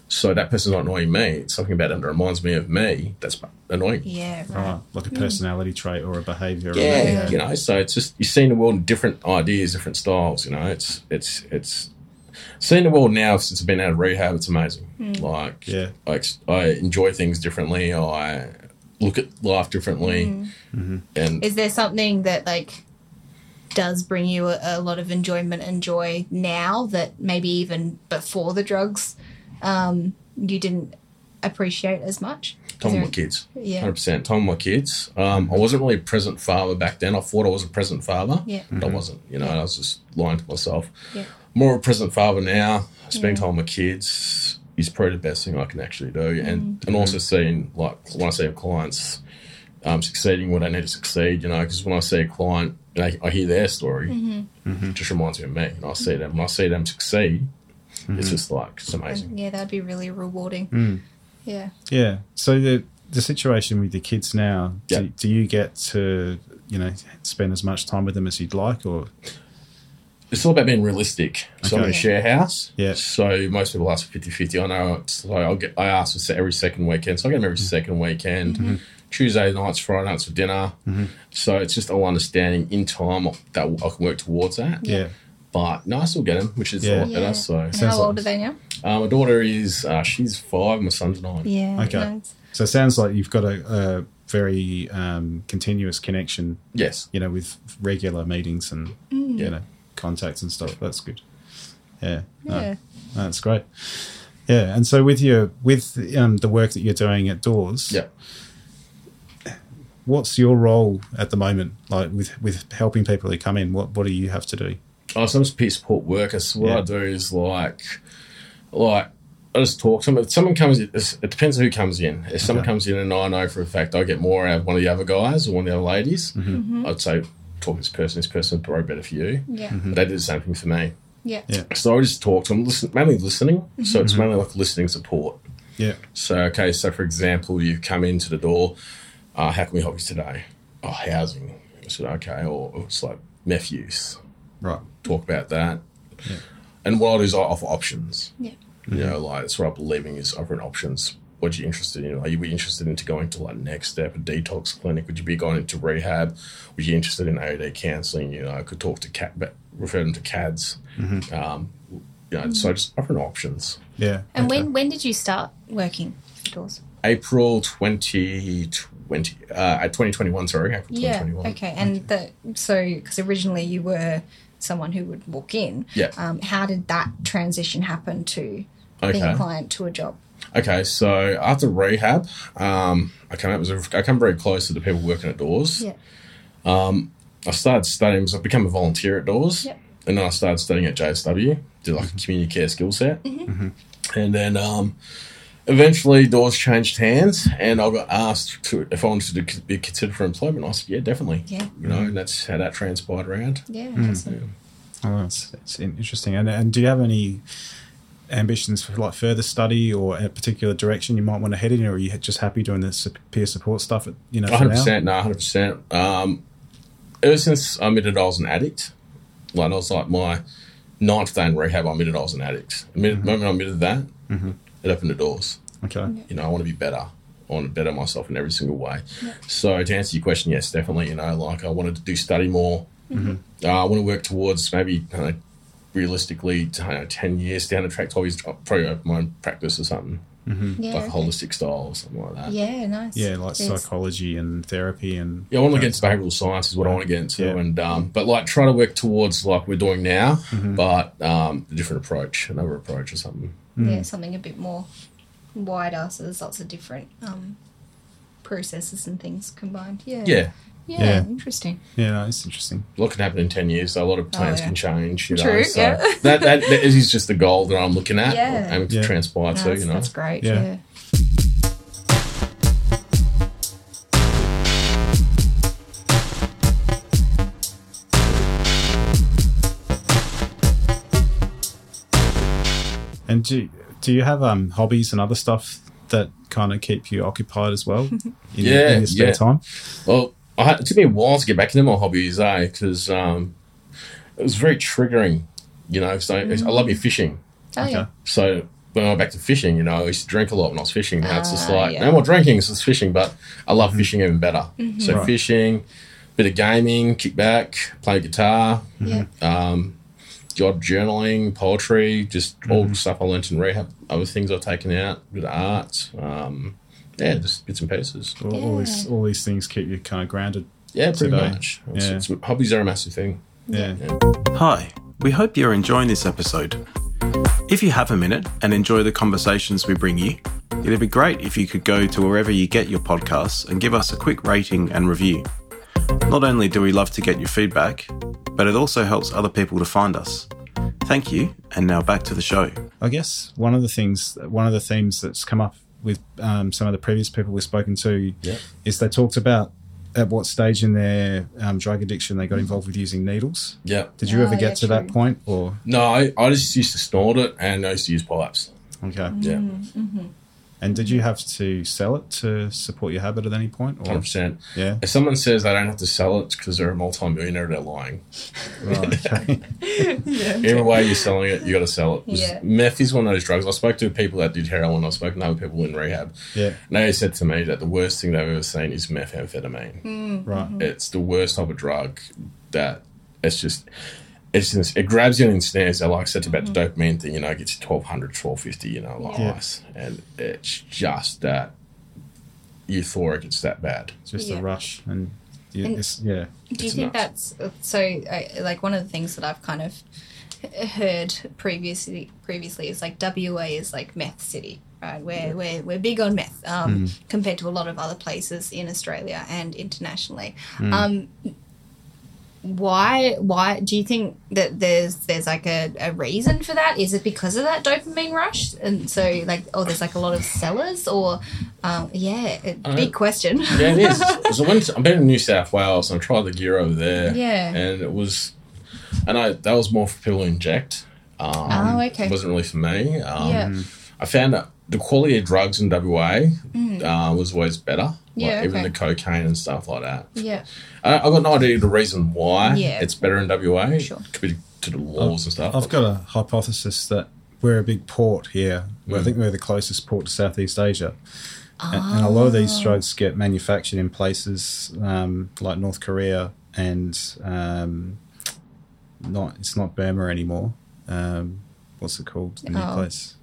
So that person's not annoying me. It's something about them that reminds me of me. That's annoying. me.
yeah, right.
Right. Like a personality trait or a behavior.
Yeah, you know. So it's just you're seeing the world in different ideas, different styles. You know, it's it's it's seeing the world now since I've been out of rehab. It's amazing. Like
Yeah.
I, ex- I enjoy things differently. I look at life differently, and
Is there something that like does bring you a, a lot of enjoyment and joy now that maybe even before the drugs, um, you didn't appreciate as much? Is
time
there-
with my kids.
Yeah.
hundred percent. Time with my kids. Um, I wasn't really a present father back then. I thought I was a present father,
Yeah.
but I wasn't. You know, I was just lying to myself.
Yeah.
More of a present father now. Spending time with my kids is probably the best thing I can actually do, and
Mm-hmm.
and also seeing like when I see clients um, succeeding when they need to succeed. You know, because when I see a client, and I, I hear their story.
Mm-hmm.
It just reminds me of me, and I see them. When I see them succeed, it's just like it's amazing.
yeah, that'd be really rewarding.
Hmm.
Yeah.
Yeah. So the the situation with the kids now, do,
Yeah.
do you get to you know spend as much time with them as you'd like, or
it's all about being realistic. So I'm in a
Okay.
share house.
Yeah.
So most people ask for 50 50. I know it's like I'll get, I ask for se- every second weekend. So I get them
Mm-hmm.
every second weekend. Tuesday nights, Friday nights for dinner.
Mm-hmm.
So it's just all understanding in time that I can work towards that.
yeah,
But no, I still get them, which is
Yeah.
a lot
Yeah.
better. So
And
Sounds
how
like-
old are they now?
uh, my daughter is, uh, she's five, my son's nine.
Yeah.
Okay.
nice.
So it sounds like you've got a, a very um, continuous connection,
Yes.
you know, with regular meetings and you
Mm.
Yeah.
know contacts and stuff. That's good. Yeah, no,
Yeah.
no, that's great. Yeah, and so with your with um, the work that you're doing at Doors,
Yeah.
what's your role at the moment? Like with with helping people who come in, what what do you have to do?
Oh, so I'm just a peer support worker. So what
Yeah.
I do is like, like I just talk to them. If someone comes, in, it's- it depends who comes in. If someone
Okay.
comes in and I know for a fact I get more out of one of the other guys or one of the other ladies, I'd say talk to this person. This person's probably better for you.
Yeah.
But they did the same thing for me.
Yeah.
Yeah.
So I would just talk to them, listen, mainly listening. So it's mainly like listening support.
Yeah.
So okay, so for example, you come into the door. Uh, how can we help you today? Oh, housing. I said okay, or it's like meth use
Right.
talk about that. And what I'll do is I offer options.
Yeah.
You know, like that's what I believe in is offering options. What are you interested in? Are you interested into going to like next step, a detox clinic? Would you be going into rehab? Would you interested in AOD counselling? You know, I could talk to cat, but refer them to CADs. Um, you know, so I just offering options.
Yeah.
And
okay.
when when did you start working doors?
April twenty twenty, uh, twenty twenty one. Sorry, April twenty
Yeah.
twenty one.
Okay. And the so because originally you were someone who would walk in.
Yeah.
Um, how did that transition happen to being
Okay.
a client to a job?
Okay, so after rehab, um, I came up was I come very close to the people working at doors. Um,
Yeah.
I started studying. So I became a volunteer at Doors,
Yep.
and then I started studying at JSW. Did like a community care skill set,
Mm-hmm.
and then um, eventually Doors changed hands, and I got asked to if I wanted to be considered for employment. I said, yeah, definitely.
Yeah.
You know, and that's how that transpired around.
Yeah.
Hmm. Oh, that's, that's in- interesting. And, and do you have any ambitions for like further study or a particular direction you might want to head in, or are you just happy doing the sup- peer support stuff? At, you know, for
hundred
now?
percent, no, hundred percent. Um, ever since I admitted I was an addict, like I was like my ninth day in rehab, I admitted I was an addict. The minute-
Mm-hmm.
moment I admitted that, it opened the doors.
Okay.
You know, I want to be better. I want to better myself in every single way. So to answer your question, yes, definitely. You know, like I wanted to do study more.
Mm-hmm.
Uh, I want to work towards maybe you know, realistically, t- you know, ten years down the track, to always probably open my own practice or something
Yeah.
like a
okay.
holistic style or something like Mm. that.
Yeah. Nice.
Yeah, like
Yes.
psychology and therapy and
Yeah, I want to get into behavioural science is what I want to get into,
Yeah.
and um, but like try to work towards like we're doing now,
Mm-hmm.
but um, a different approach, another approach or something.
hmm.
Yeah. Something a bit more wider. So there's lots of different um, processes and things combined. Yeah.
Yeah,
Yeah.
Yeah.
Interesting.
yeah, no, it's interesting.
a lot can happen in ten years. So a lot of
Oh,
plans
yeah.
can change. You know,
True,
so
yeah.
that, that that is just the goal that I'm looking at,
Yeah.
aiming to
Yeah.
No,
transpire to.
that's,
You know,
that's great.
Yeah.
yeah.
And do do you have um hobbies and other stuff that kind of keep you occupied as well? In, your-
Yeah,
in your spare
yeah.
time.
Well, I had, it took me a while to get back into my hobbies, eh? Because um, it was very triggering, you know. So
Mm-hmm.
I love me fishing,
Oh yeah.
so. When I went back to fishing, you know, I used to drink a lot when I was fishing. Now it's just
Ah,
like
yeah. Mm-hmm.
no more drinking, it's just fishing. But I love fishing even better. So
Mm-hmm. Right.
fishing, bit of gaming, kick back, play guitar,
Yeah.
Mm-hmm.
job journaling, poetry, just all
Mm-hmm.
the stuff I learnt in rehab. Other things I've taken out, bit of art, um, yeah, just bits and pieces.
All, all these
Yeah.
all these things keep you kind of grounded.
Yeah, pretty
Today.
much. It's-
Yeah.
it's- hobbies are a massive thing.
Yeah.
Hi, we hope you're enjoying this episode. If you have a minute and enjoy the conversations we bring you, it'd be great if you could go to wherever you get your podcasts and give us a quick rating and review. Not only do we love to get your feedback, but it also helps other people to find us. Thank you, and now back to the show.
I guess one of the things, one of the themes that's come up with um, some of the previous people we've spoken to
Yeah.
is they talked about at what stage in their um, drug addiction they got involved with using needles.
Yeah.
Did you
Oh,
ever get
yeah,
to that
true.
point? Or
No, I, I just used to snort it and I used to use pipes.
okay,
Yeah,
Mm.
and did you have to sell it to support your habit at any point? Or
100%.
yeah,
If someone says they don't have to sell it because they're a multi-millionaire, they're lying.
right, okay.
Either way, you're selling it, you got to sell it.
Yeah.
Meth is one of those drugs. I spoke to people that did heroin. I spoke to other people in rehab.
yeah,
And they said to me that the worst thing they've ever seen is methamphetamine.
Hmm. right.
It's the worst type of drug that it's just... It's just, it grabs you and snares. you. Like I said about the dopamine thing, you know, it gets you 1200, 1250, you know, like
Hmm. Yeah.
ice. And it's just that euphoric, it's that bad.
just
Yeah.
a rush and, yeah,
And-
it's, yeah
Do you
It's
think that's so? I, like one of the things that I've kind of heard previously previously is like WA is like meth city, right? We're we're, we're big on meth um,
Mm. Mm.
compared to a lot of other places in Australia and internationally. Um, why why do you think that there's there's like a, a reason for that is it because of that dopamine rush and so like oh there's like a lot of sellers or um yeah it,
Uh,
big question
Yeah, it is. so when I've been in New South Wales and I tried the gear over there.
Yeah.
And it was, and I that was more for people who inject. Um,
Oh, okay.
It wasn't really for me. Um,
yeah
I found that the quality of drugs in WA uh, was always better.
Mm. Yeah,
Like, Even
okay.
the cocaine and stuff like that.
yeah
I, I've got no idea the reason why
Yeah.
it's better in WA.
Sure.
Could be to the laws and stuff.
I've got a hypothesis that we're a big port here. I think we're the closest port to Southeast Asia. And, and a lot of
Ah.
these drugs get manufactured in places um, like North Korea and um, not it's not Burma anymore. Um, what's it called? The new
Oh.
place.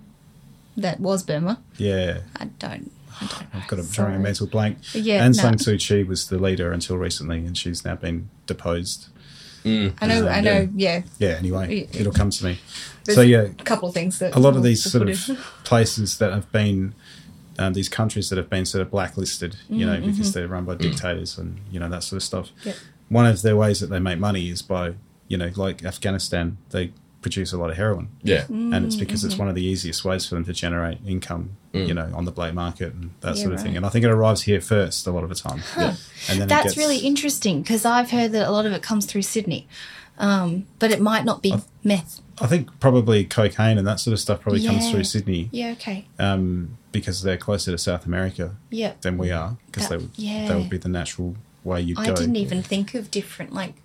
that was burma
Yeah,
i don't i don't know.
I've got a
Sorry.
drawing a mental blank.
Yeah,
and
no.
Sang Suu Kyi was the leader until recently, and she's now been deposed.
i know i know yeah
Yeah, anyway,
Yeah.
it'll come to me.
There's
so yeah,
a couple of things that
a lot of these sort
put in.
of places that have been um, these countries that have been sort of blacklisted you
Mm-hmm,
know because they're run by dictators and you know that sort of stuff
Yep.
one of their ways that they make money is by you know like afghanistan they produce a lot of heroin
yeah.
Mm.
and it's because
mm-hmm.
it's one of the easiest ways for them to generate income you know on the black market and that
Yeah,
sort of thing
right.
and i think it arrives here first a lot of the time yeah. and then it
that's
gets-
really interesting because i've heard that a lot of it comes through sydney um but it might not be meth
i think probably cocaine and that sort of stuff probably comes
Yeah.
through sydney
yeah okay
um, because they're closer to south america
yeah
than we are because they
That-
would
yeah.
that would be the natural way you
I
go.
didn't even think of different like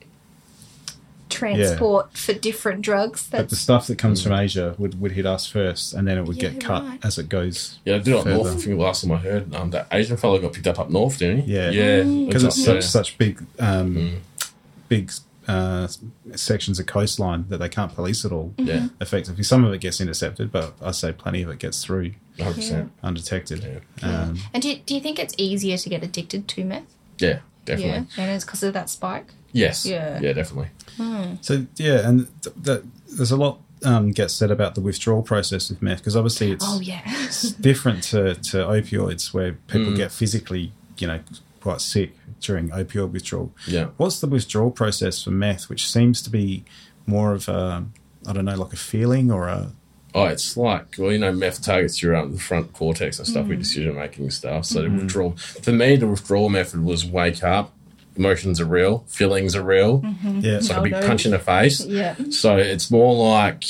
transport for different drugs.
But
That's
the stuff that comes from Asia would, would hit us first, and then it would
Yeah,
get cut
right.
as it goes
Yeah, I did it up
Further.
north. I think last time I heard um, that Asian fellow got picked up up north, didn't he?
Yeah.
yeah.
Mm.
because it's
up
such
there. Mm.
such big um, big uh, sections of coastline that they can't police at all.
Yeah,
Mm-hmm.
Effectively, some of it gets intercepted, but I say plenty of it gets through
hundred percent.
undetected. Um,
and do you, do you think it's easier to get addicted to meth?
Yeah, definitely.
Yeah, and it's because of that spike.
Yes.
Yeah.
Yeah, definitely.
So yeah, and th- that, there's a lot um, gets said about the withdrawal process with meth because obviously it's
Oh yeah,
it's different to, to opioids where
Mm.
people get physically, you know, quite sick during opioid withdrawal.
Yeah.
What's the withdrawal process for meth, which seems to be more of a, I don't know, like a feeling or a,
Oh, it's like well, you know, meth targets your um, the front cortex and stuff with decision making and stuff. So the withdrawal for me, the withdrawal method was wake up. Emotions are real, feelings are real.
yeah,
It's like
Oh,
a big
no.
punch in the face.
yeah,
So it's more like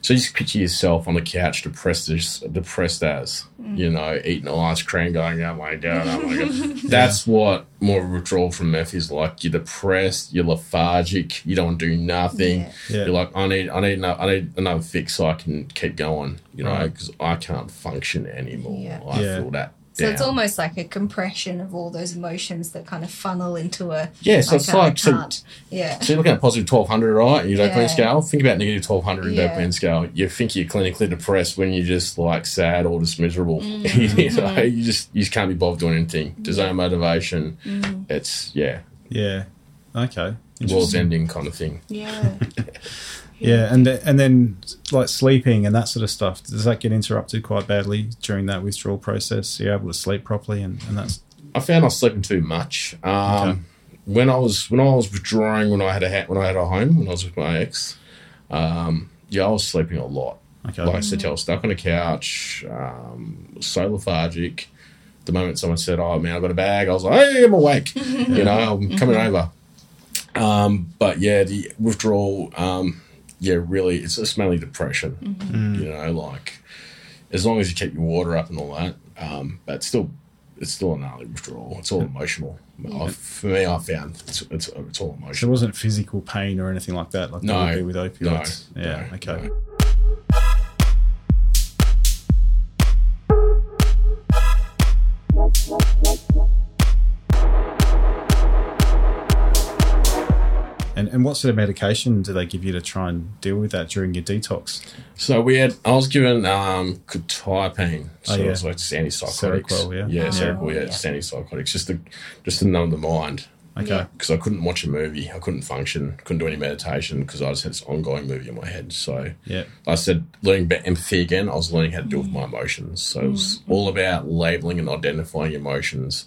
so you just picture yourself on the couch, depressed as depressed as
Mm.
you know, eating ice cream, going, "Oh my god, oh my god." That's what more of a withdrawal from meth is like. You're depressed, you're lethargic, you don't do nothing.
Yeah.
You're like, I need, I need, another, I need another fix so I can keep going. You know,
Right.
because I can't function anymore.
Yeah.
I
Yeah.
feel that.
so it's
down.
almost like a compression of all those emotions that kind of funnel into a
Yeah, so it's
I
like- so-
can't. yeah,
So you're looking at positive 1200, right? Your dopamine
Yeah.
scale. Think about negative 1200 in
Yeah.
dopamine scale. You think you're clinically depressed when you're just like sad or just miserable.
Mm.
you know,
Mm-hmm.
you just you just can't be bothered doing anything. There's no motivation.
Mm-hmm.
It's yeah,
yeah. Okay.
world's ending kind of thing.
yeah,
Yeah. And, th- and then like sleeping and that sort of stuff, does that get interrupted quite badly during that withdrawal process? Are you able to sleep properly and, and that's,
I found I was sleeping too much. Um,
Okay.
When I was when I was withdrawing when I had a ha- when I had a home when I was with my ex, um, yeah, I was sleeping a lot.
okay.
Like I said, I was stuck on a couch, um, so lethargic. The moment someone said, "Oh man, I've got a bag," I was like, "Hey, I'm awake," you know, I'm coming over. Um, but yeah, the withdrawal, um, yeah, really, it's just mainly depression. You know, like as long as you keep your water up and all that, um, but still, it's still a gnarly withdrawal. It's all emotional. I, for me, I found it's it's, it's all
So it
emotional.
wasn't physical pain or anything like that, like
No,
there would be with opioids.
no,
yeah.
no,
okay.
no.
And, and what sort of medication do they give you to try and deal with that during your detox?
So we had. I was given um, quetiapine. So
Oh, yeah.
it was like just antipsychotics.
Seroquel, yeah. Oh,
Yeah, Seroquel, yeah,
yeah.
just antipsychotics, just to just to numb the mind.
Okay.
Yeah.
Because I couldn't watch a movie, I couldn't function, couldn't do any meditation because I just had this ongoing movie in my head. So
Yeah.
I said learning about empathy again. I was learning how to deal with my emotions. So it was all about labeling and identifying emotions,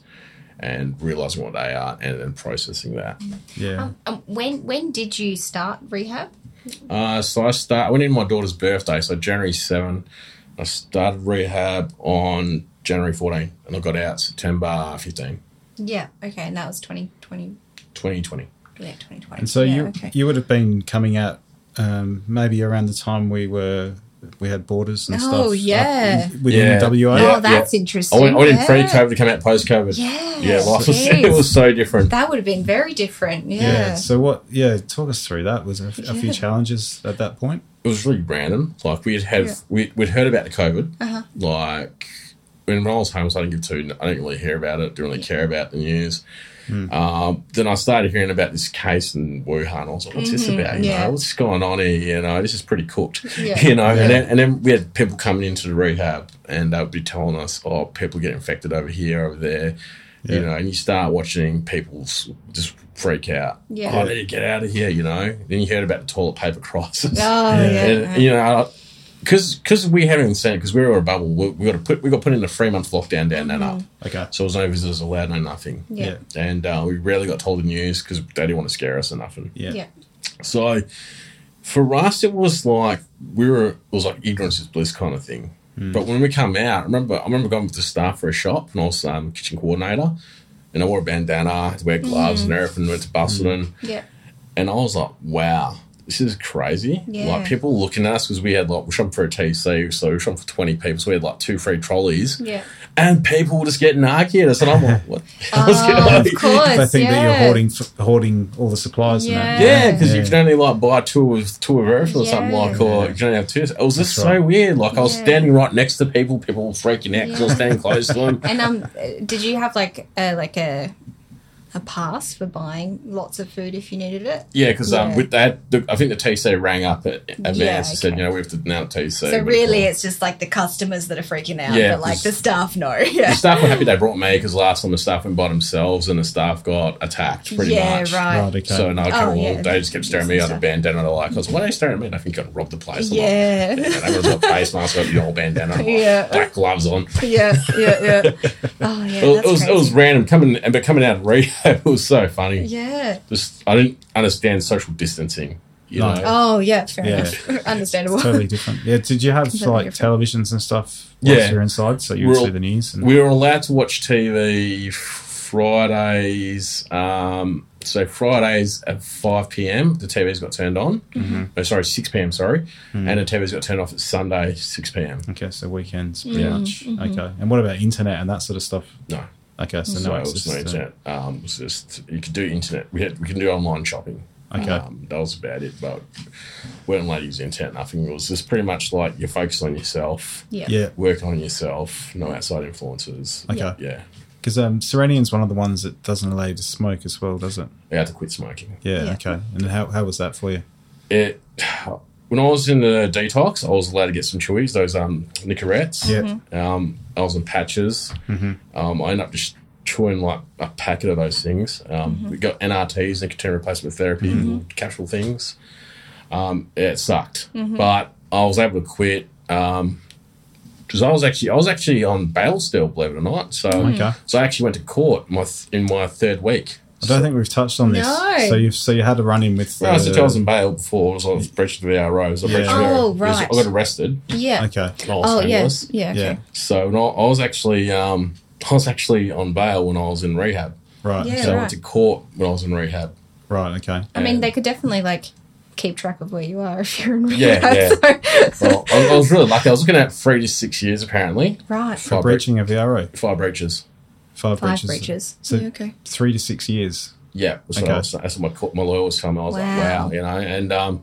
and realizing what they are and then processing that.
Yeah.
Um, um, when when did you start rehab?
Uh, so I start. I went in my daughter's birthday, so January seven. I started rehab on January fourteen, and I got out September 15,
Yeah. Okay. And that was 2020.
2020.
Yeah, 2020.
and so
yeah,
you
Okay.
you would have been coming out um, maybe around the time we were we had borders and
Oh,
stuff. up
yeah.
in- within
Yeah.
WA.
Yeah,
oh, that's
I
interesting.
went, I went in
yeah.
pre COVID to come out post COVID.
Yeah.
yeah life was, it
jeez.
was so different.
That would have been very different. Yeah.
Yeah. So what? Yeah. Talk us through that. Was there a, f- a
Yeah.
few challenges at that point?
it was really random. Like we'd have
Yeah.
we'd, we'd heard about the COVID.
Uh-huh.
Like when, when I was homeless, I didn't give two. I didn't really hear about it. Didn't really care about the news.
Hmm.
Um, then I started hearing about this case in Wuhan. I was like, "What's this
Mhm,
about? You
yeah.
know, what's going on here? You know, this is pretty cooked.
Yeah.
You know."
Yeah.
And, then, and then we had people coming into the rehab, and they would be telling us, "Oh, people get infected over here, over there."
Yeah.
You know, and you start watching people s- just freak out.
Yeah.
Oh, I need to get out of here. You know. Then you heard about the toilet paper crisis.
Oh, yeah.
And, you know, because because we haven't seen it because we were a bubble. We, we got to put we got put in a three month lockdown down and up,
Okay.
so there was no visitors allowed, no nothing,
Mm-hmm. yeah.
and uh, we rarely got told the news because they didn't want to scare us or nothing.
Yeah.
Yeah.
So for us, it was like we were it was like ignorance is bliss kind of thing.
Mm.
But when we come out, I remember I remember going with the staff for a shop and I was um, kitchen coordinator, and I wore a bandana, had to wear
Mm.
gloves and everything, went to Barcelona.
Yeah.
And I was like, wow, this is crazy.
Yeah.
Like people looking at us because we had like we shot for a TC, so we shot for twenty people, so we had like two free trolleys,
Yeah.
and people were just getting arky at us, and I'm like, what? I was getting
Oh,
like-
of course.
They think
yeah.
that you're hoarding f- hoarding all the supplies and that.
yeah, because
Yeah.
you can only like buy two of two of everything or something
Yeah.
like, or you can only have two. It was just
That's
so
right.
weird. Like I was
Yeah.
standing right next to people, people were freaking out because I was
Yeah.
standing close to them.
And um, uh, did you have like a like a a pass for buying lots of food if you needed it?
Yeah, because um,
Yeah.
with that, the, I think the TC rang up at advance
Yeah,
and said,
okay.
you know, we have to now TC.
So
What do you
really,
call it?
it's just like the customers that are freaking out,
Yeah,
but like
'cause-
the staff know. Yeah.
the staff were happy they brought me because last time the staff went by themselves and the staff got attacked pretty
yeah.
much.
Right.
Right. Okay.
So no, okay,
Oh,
well,
yeah,
they just kept staring at me
that's
on a bandana. and all that. I was like, "What are they staring at me?" And I think I robbed the place. I'm like,
Yeah.
"Damn, I got a face mask, got your old bandana, I'm like,
Yeah.
black gloves on.
Yeah. Yeah. Yeah. Oh yeah.
it,
That's
was
crazy.
it was random coming, and but coming out of rehab, it was so funny.
Yeah.
Just I didn't understand social distancing. You
No.
know,
Oh yeah. Fair
Yeah.
enough. Understandable.
Totally different. Yeah. Did you have
Completely
like
different.
televisions and stuff whilst
Yeah.
you're inside, so you would
We're-
see the news? And,
we were allowed to watch TV Fridays. Um, so Fridays at five PM, the TV's got turned on.
Mm-hmm.
mm No, sorry, six PM. Sorry, and the TV's got turned off at Sunday six PM.
Hmm. okay. So weekends, pretty
Mm-hmm.
Yeah.
much. Okay. And what about internet and that sort of stuff?
No,
Okay. So
so
no
it was
access
no
to-
internet. Um, it was just you could do internet. We had we can do online shopping.
Okay.
Um, that was about it, but we weren't allowed to use internet. Nothing. It was just pretty much like you're focused on yourself,
Yeah.
Yeah.
work on yourself, no outside influences.
Okay.
Yeah,
Because um, Serenian's one of the ones that doesn't allow you to smoke as well, does it?
we had to quit smoking.
Yeah.
Yeah.
Okay. And how, how was that for you?
it when I was in the detox, I was allowed to get some chewies, those um Nicorettes. Um, I was on patches.
Mm-hmm.
Um, I ended up just chewing like a packet of those things. Um, We got NRTs, nicotine replacement therapy,
Mm-hmm.
capsule things. Um, yeah, it sucked, but I was able to quit. Um, because I was actually I was actually on bail still, believe it or not. So,
Okay.
so I actually went to court my th- in my third week.
I don't think we've touched on this.
No.
So you so you had a run in with.
No, I said I was in bail before. I was on breach of the ROs. I
Yeah.
breached the-
Oh,
because
right.
I got arrested.
Yeah.
Okay.
Los
Oh yeah.
Angeles.
Yeah.
Yeah.
Okay.
So no, I was actually um, I was actually on bail when I was in rehab.
Right.
Yeah.
so I
right.
went to court when I was in rehab.
Right. Okay.
I mean,
And-
they could definitely like keep track of where you are if you're in
Yeah,
rehab. Yeah.
Well, I, I was really lucky. I was looking at three to six years apparently.
right.
For
Five, bre-
breaching a VRO,
five breaches.
five,
Five
breaches.
breaches.
So
Yeah, okay.
three to six years.
Yeah, that's what
Okay.
I was, that's what my court, my lawyer was telling me. I was like,
Wow.
wow, you know, and um,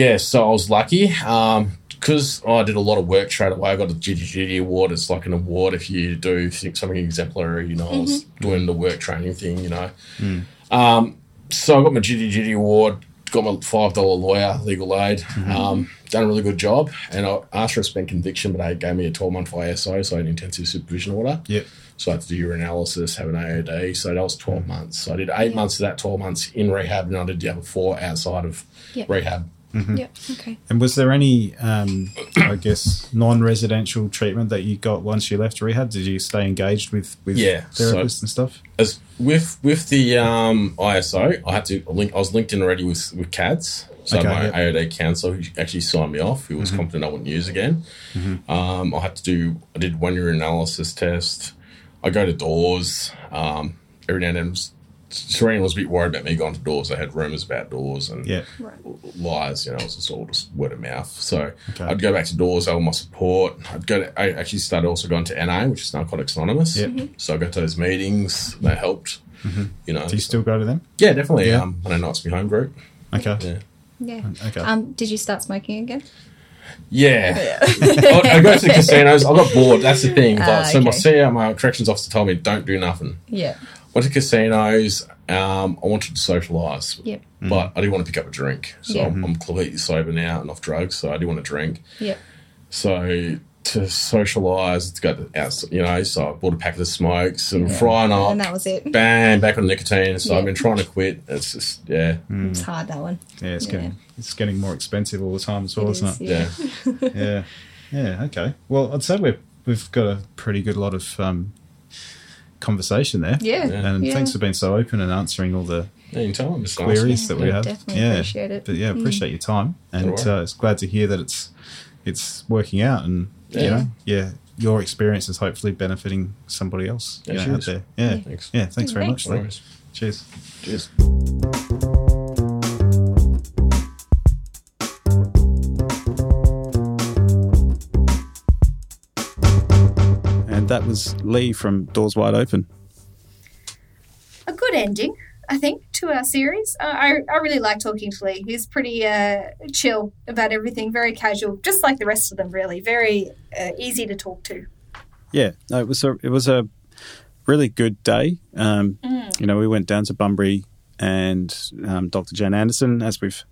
yeah, so I was lucky. Um, because I did a lot of work straight away, I got a GGG award. It's like an award if you do think something exemplary. You know, I was doing the work training thing. You know, Um, so I got my Jitty Jitty award, got my five dollar lawyer, legal aid. Um, done a really good job, and I asked for a spent conviction, but they gave me a twelve month ISO, so an intensive supervision order.
Yep.
So I had to do urinalysis, have an AOD. So that was twelve months. So I did eight months of that, twelve months in rehab, and I did the other four outside of
Yep.
rehab.
Yep. Okay.
And was there any um,
I guess, non-residential treatment that you got once you left rehab? Did you stay engaged with with
Yeah, so-
therapists and stuff?
as with with the um, ISO, I had to link. I was linked in already with with CADS, so
Okay,
my
yep. Mm-hmm.
AOD counselor who actually signed me off. Who was confident I wouldn't use again. Um, I had to do. I did one urine analysis test. I go to doors um, every now and then. Serena was a bit worried about me going to doors. I had rumors about doors and
Yeah,
lies, you know, it was just all just word of mouth. So
Okay.
I'd go back to doors, I all my support. I'd go to, I actually started also going to NA, which is Narcotics Anonymous.
Yep.
Mm-hmm.
Mhm.
So I got to those meetings, they helped, you know.
Mm-hmm. do you still go to them?
yeah, definitely.
Yeah.
Um, I don't know, it's my home group.
Okay,
Yeah.
Yeah.
okay.
Um, did you start smoking again?
Yeah. I, I go to the casinos, I got bored. That's the thing. Like,
Oh, Ah,
so my
okay.
CEO, my corrections officer told me, don't do nothing.
Yeah.
Went to casinos. Um, I wanted to socialise,
Yep.
but I didn't want to pick up a drink. So
Yeah.
Mm-hmm.
I'm, I'm completely sober now and off drugs, so I didn't want to drink.
Yep.
So to socialise, it's got the outs you know. So I bought a packet of smokes, some fry and
And that
up,
was it.
bang, back on nicotine. So I've
Yeah.
been trying to quit. It's just yeah,
Mm.
It's hard that one.
yeah, it's
yeah.
getting it's getting more expensive all the time as well,
It
is,
is,
isn't it?
yeah,
yeah, yeah. Okay. Well, I'd say we've we've got a pretty good lot of um, conversation there.
Yeah.
Yeah.
And
Yeah.
thanks for being so open and answering all the
anytime. It's nice.
queries that we
Yeah,
have.
definitely
yeah,
appreciate it. Mm.
But yeah, appreciate your time, and
Alright.
uh, it's glad to hear that it's it's working out, and you
Yeah.
know, yeah, your experience is hopefully benefiting somebody else you
Yeah,
know, out
cheers.
there. Yeah,
Thanks.
yeah. Thanks very
Thanks.
much. Lee.
Alright.
Cheers.
Cheers.
And that was Lee from Doors Wide Open.
a good ending, I think, to our series. Uh, I, I really like talking to Lee. He's pretty uh, chill about everything, very casual, just like the rest of them, really. Very uh, easy to talk to.
Yeah, no, it was a it was a really good day. Um, You know, we went down to Bunbury and um, Dr. Jan Anderson, as we've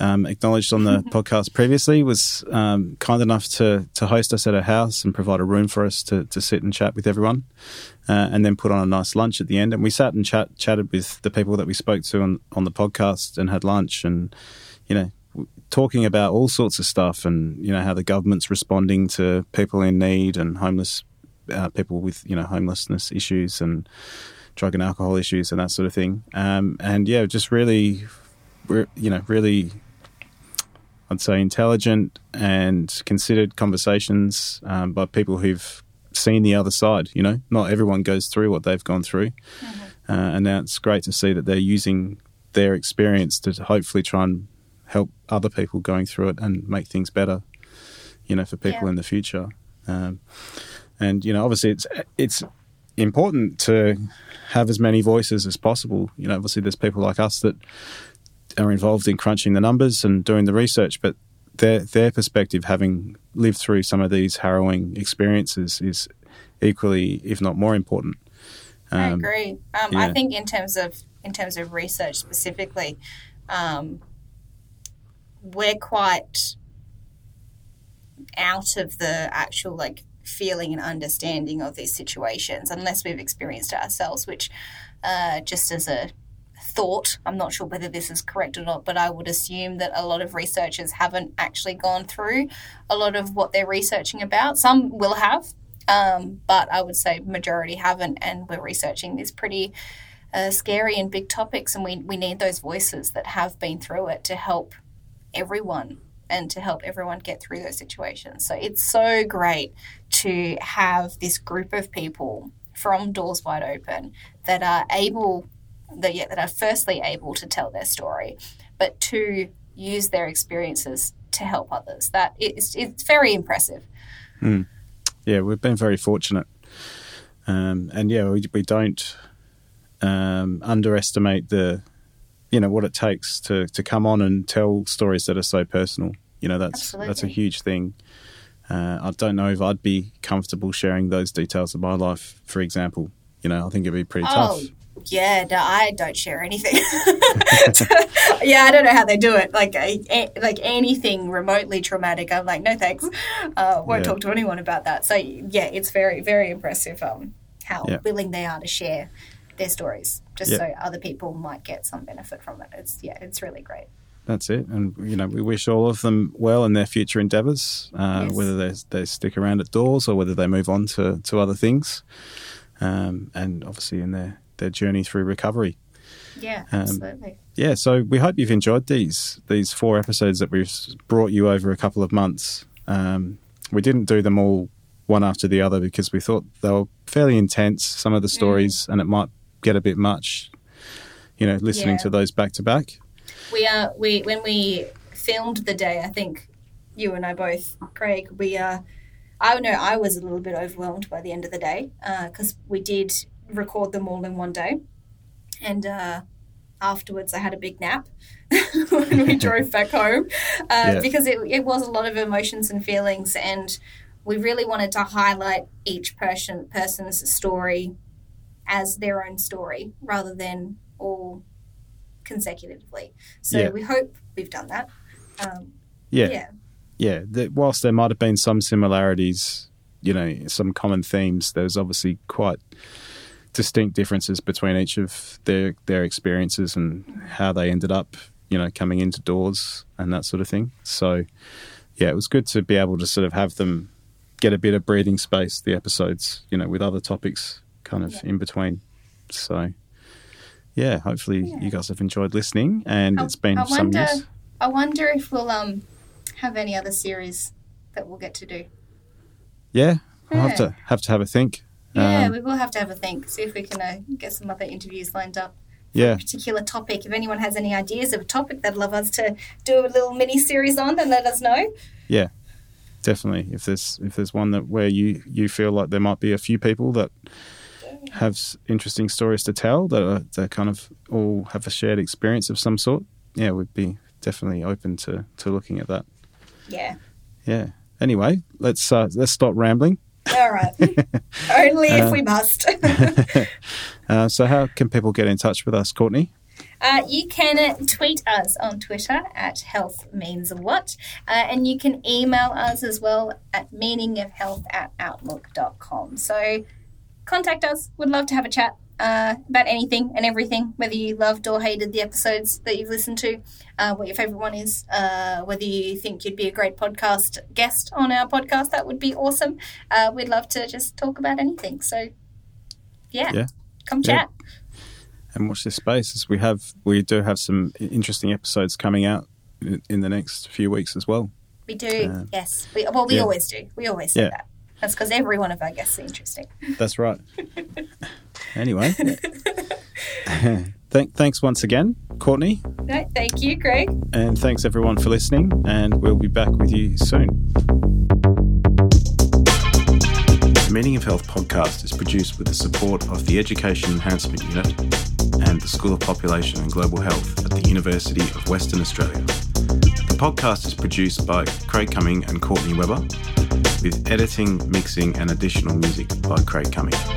um, acknowledged on the podcast previously, was um, kind enough to to host us at her house and provide a room for us to to sit and chat with everyone, uh, and then put on a nice lunch at the end. And we sat and chat chatted with the people that we spoke to on on the podcast and had lunch and you know, w- talking about all sorts of stuff and, you know, how the government's responding to people in need and homeless uh, people with, you know, homelessness issues and drug and alcohol issues and that sort of thing. Um, and yeah, just really, re- you know, really, I'd say intelligent and considered conversations um, by people who've seen the other side. You know, not everyone goes through what they've gone through. Uh, and now it's great to see that they're using their experience to hopefully try and help other people going through it and make things better, you know, for people
Yeah.
in the future. Um, and you know, obviously, it's it's important to have as many voices as possible. You know, obviously, there's people like us that are involved in crunching the numbers and doing the research, but their their perspective, having lived through some of these harrowing experiences, is equally, if not more important.
I
Um,
agree. Um,
yeah.
I think in terms of in terms of research specifically, um, we're quite out of the actual like feeling and understanding of these situations unless we've experienced it ourselves. Which, uh, just as a thought, I'm not sure whether this is correct or not, but I would assume that a lot of researchers haven't actually gone through a lot of what they're researching about. Some will have, um, but I would say majority haven't, and we're researching these pretty uh, scary and big topics, and we we need those voices that have been through it to help everyone and to help everyone get through those situations. So it's so great to have this group of people from Doors Wide Open that are able that yeah, that are firstly able to tell their story, but to use their experiences to help others. That it's it's very impressive.
yeah, we've been very fortunate. Um, and yeah, we, we don't um, underestimate the, you know, what it takes to, to come on and tell stories that are so personal. You know, that's that's a
Absolutely.
huge thing. Uh, I don't know if I'd be comfortable sharing those details of my life, for example. You know, I think it'd be pretty tough.
Oh, yeah, no, I don't share anything. yeah, I don't know how they do it. Like, I, a- like anything remotely traumatic, I'm like, no thanks. Uh, won't
Yeah.
talk to anyone about that. So yeah, it's very, very impressive um, how
Yeah.
willing they are to share their stories, just
Yeah.
so other people might get some benefit from it. It's yeah, it's really great.
That's it. And, you know, we wish all of them well in their future endeavors, uh,
Yes.
whether they, they stick around at doors or whether they move on to, to other things. Um, and obviously in their, their journey through recovery.
Yeah,
Um,
absolutely.
Yeah, so we hope you've enjoyed these these four episodes that we've brought you over a couple of months. Um, we didn't do them all one after the other because we thought they were fairly intense. Some of the stories, and it might get a bit much. You know, listening
Yeah.
to those back to back.
We are we when we filmed the day, I think you and I both, Craig, we uh I know I was a little bit overwhelmed by the end of the day because we did record them all in one day, and uh, afterwards I had a big nap when we drove back home uh,
Yeah.
because it, it was a lot of emotions and feelings, and we really wanted to highlight each person person's story as their own story rather than all consecutively. So
Yeah.
we hope we've done that. Um,
Yeah, yeah.
yeah.
The, whilst there might have been some similarities, you know, some common themes, there was obviously quite distinct differences between each of their their experiences and how they ended up, you know, coming into doors and that sort of thing. So, yeah, it was good to be able to sort of have them get a bit of breathing space, the episodes, you know, with other topics kind of in between. So, yeah, hopefully you guys have enjoyed listening and
I-
it's been
I
some
wonder-
use.
I wonder if we'll um have any other series that we'll get to do.
Yeah, I'll have
Yeah.
to have to have a think.
Yeah,
Um,
we will have to have a think, see if we can uh, get some other interviews lined up.
yeah,
Particular topic. If anyone has any ideas of a topic they'd love us to do a little mini series on, then let us know.
definitely. If there's if there's one that where you you feel like there might be a few people that have s- interesting stories to tell that are, that kind of all have a shared experience of some sort, yeah, we'd be definitely open to to looking at that.
Yeah.
Yeah. Anyway, let's uh, let's stop rambling.
All right. Only if we must.
Uh, so, how can people get in touch with us, Courtney?
Uh, you can uh, tweet us on Twitter at health means what, uh, and you can email us as well at meaningofhealth at outlook.com. So contact us. Would love to have a chat uh, about anything and everything, whether you loved or hated the episodes that you've listened to, uh, what your favourite one is, uh, whether you think you'd be a great podcast guest on our podcast. That would be awesome. Uh, we'd love to just talk about anything. So, yeah,
Yeah.
come
Yeah.
chat.
and watch this space as we have we do have some i- interesting episodes coming out in, in the next few weeks as well
We do,
Uh,
yes. We, well, we
yeah.
always do. We always say
Yeah.
that. That's because every one of our guests are interesting.
that's right anyway Thank, thanks once again courtney
No, thank you, Greg.
and thanks everyone for listening and we'll be back with you soon
The Meaning of Health podcast is produced with the support of the Education Enhancement Unit and the School of Population and Global Health at the University of Western Australia. The podcast is produced by Craig Cumming and Courtney Webber, with editing, mixing, and additional music by Craig Cumming.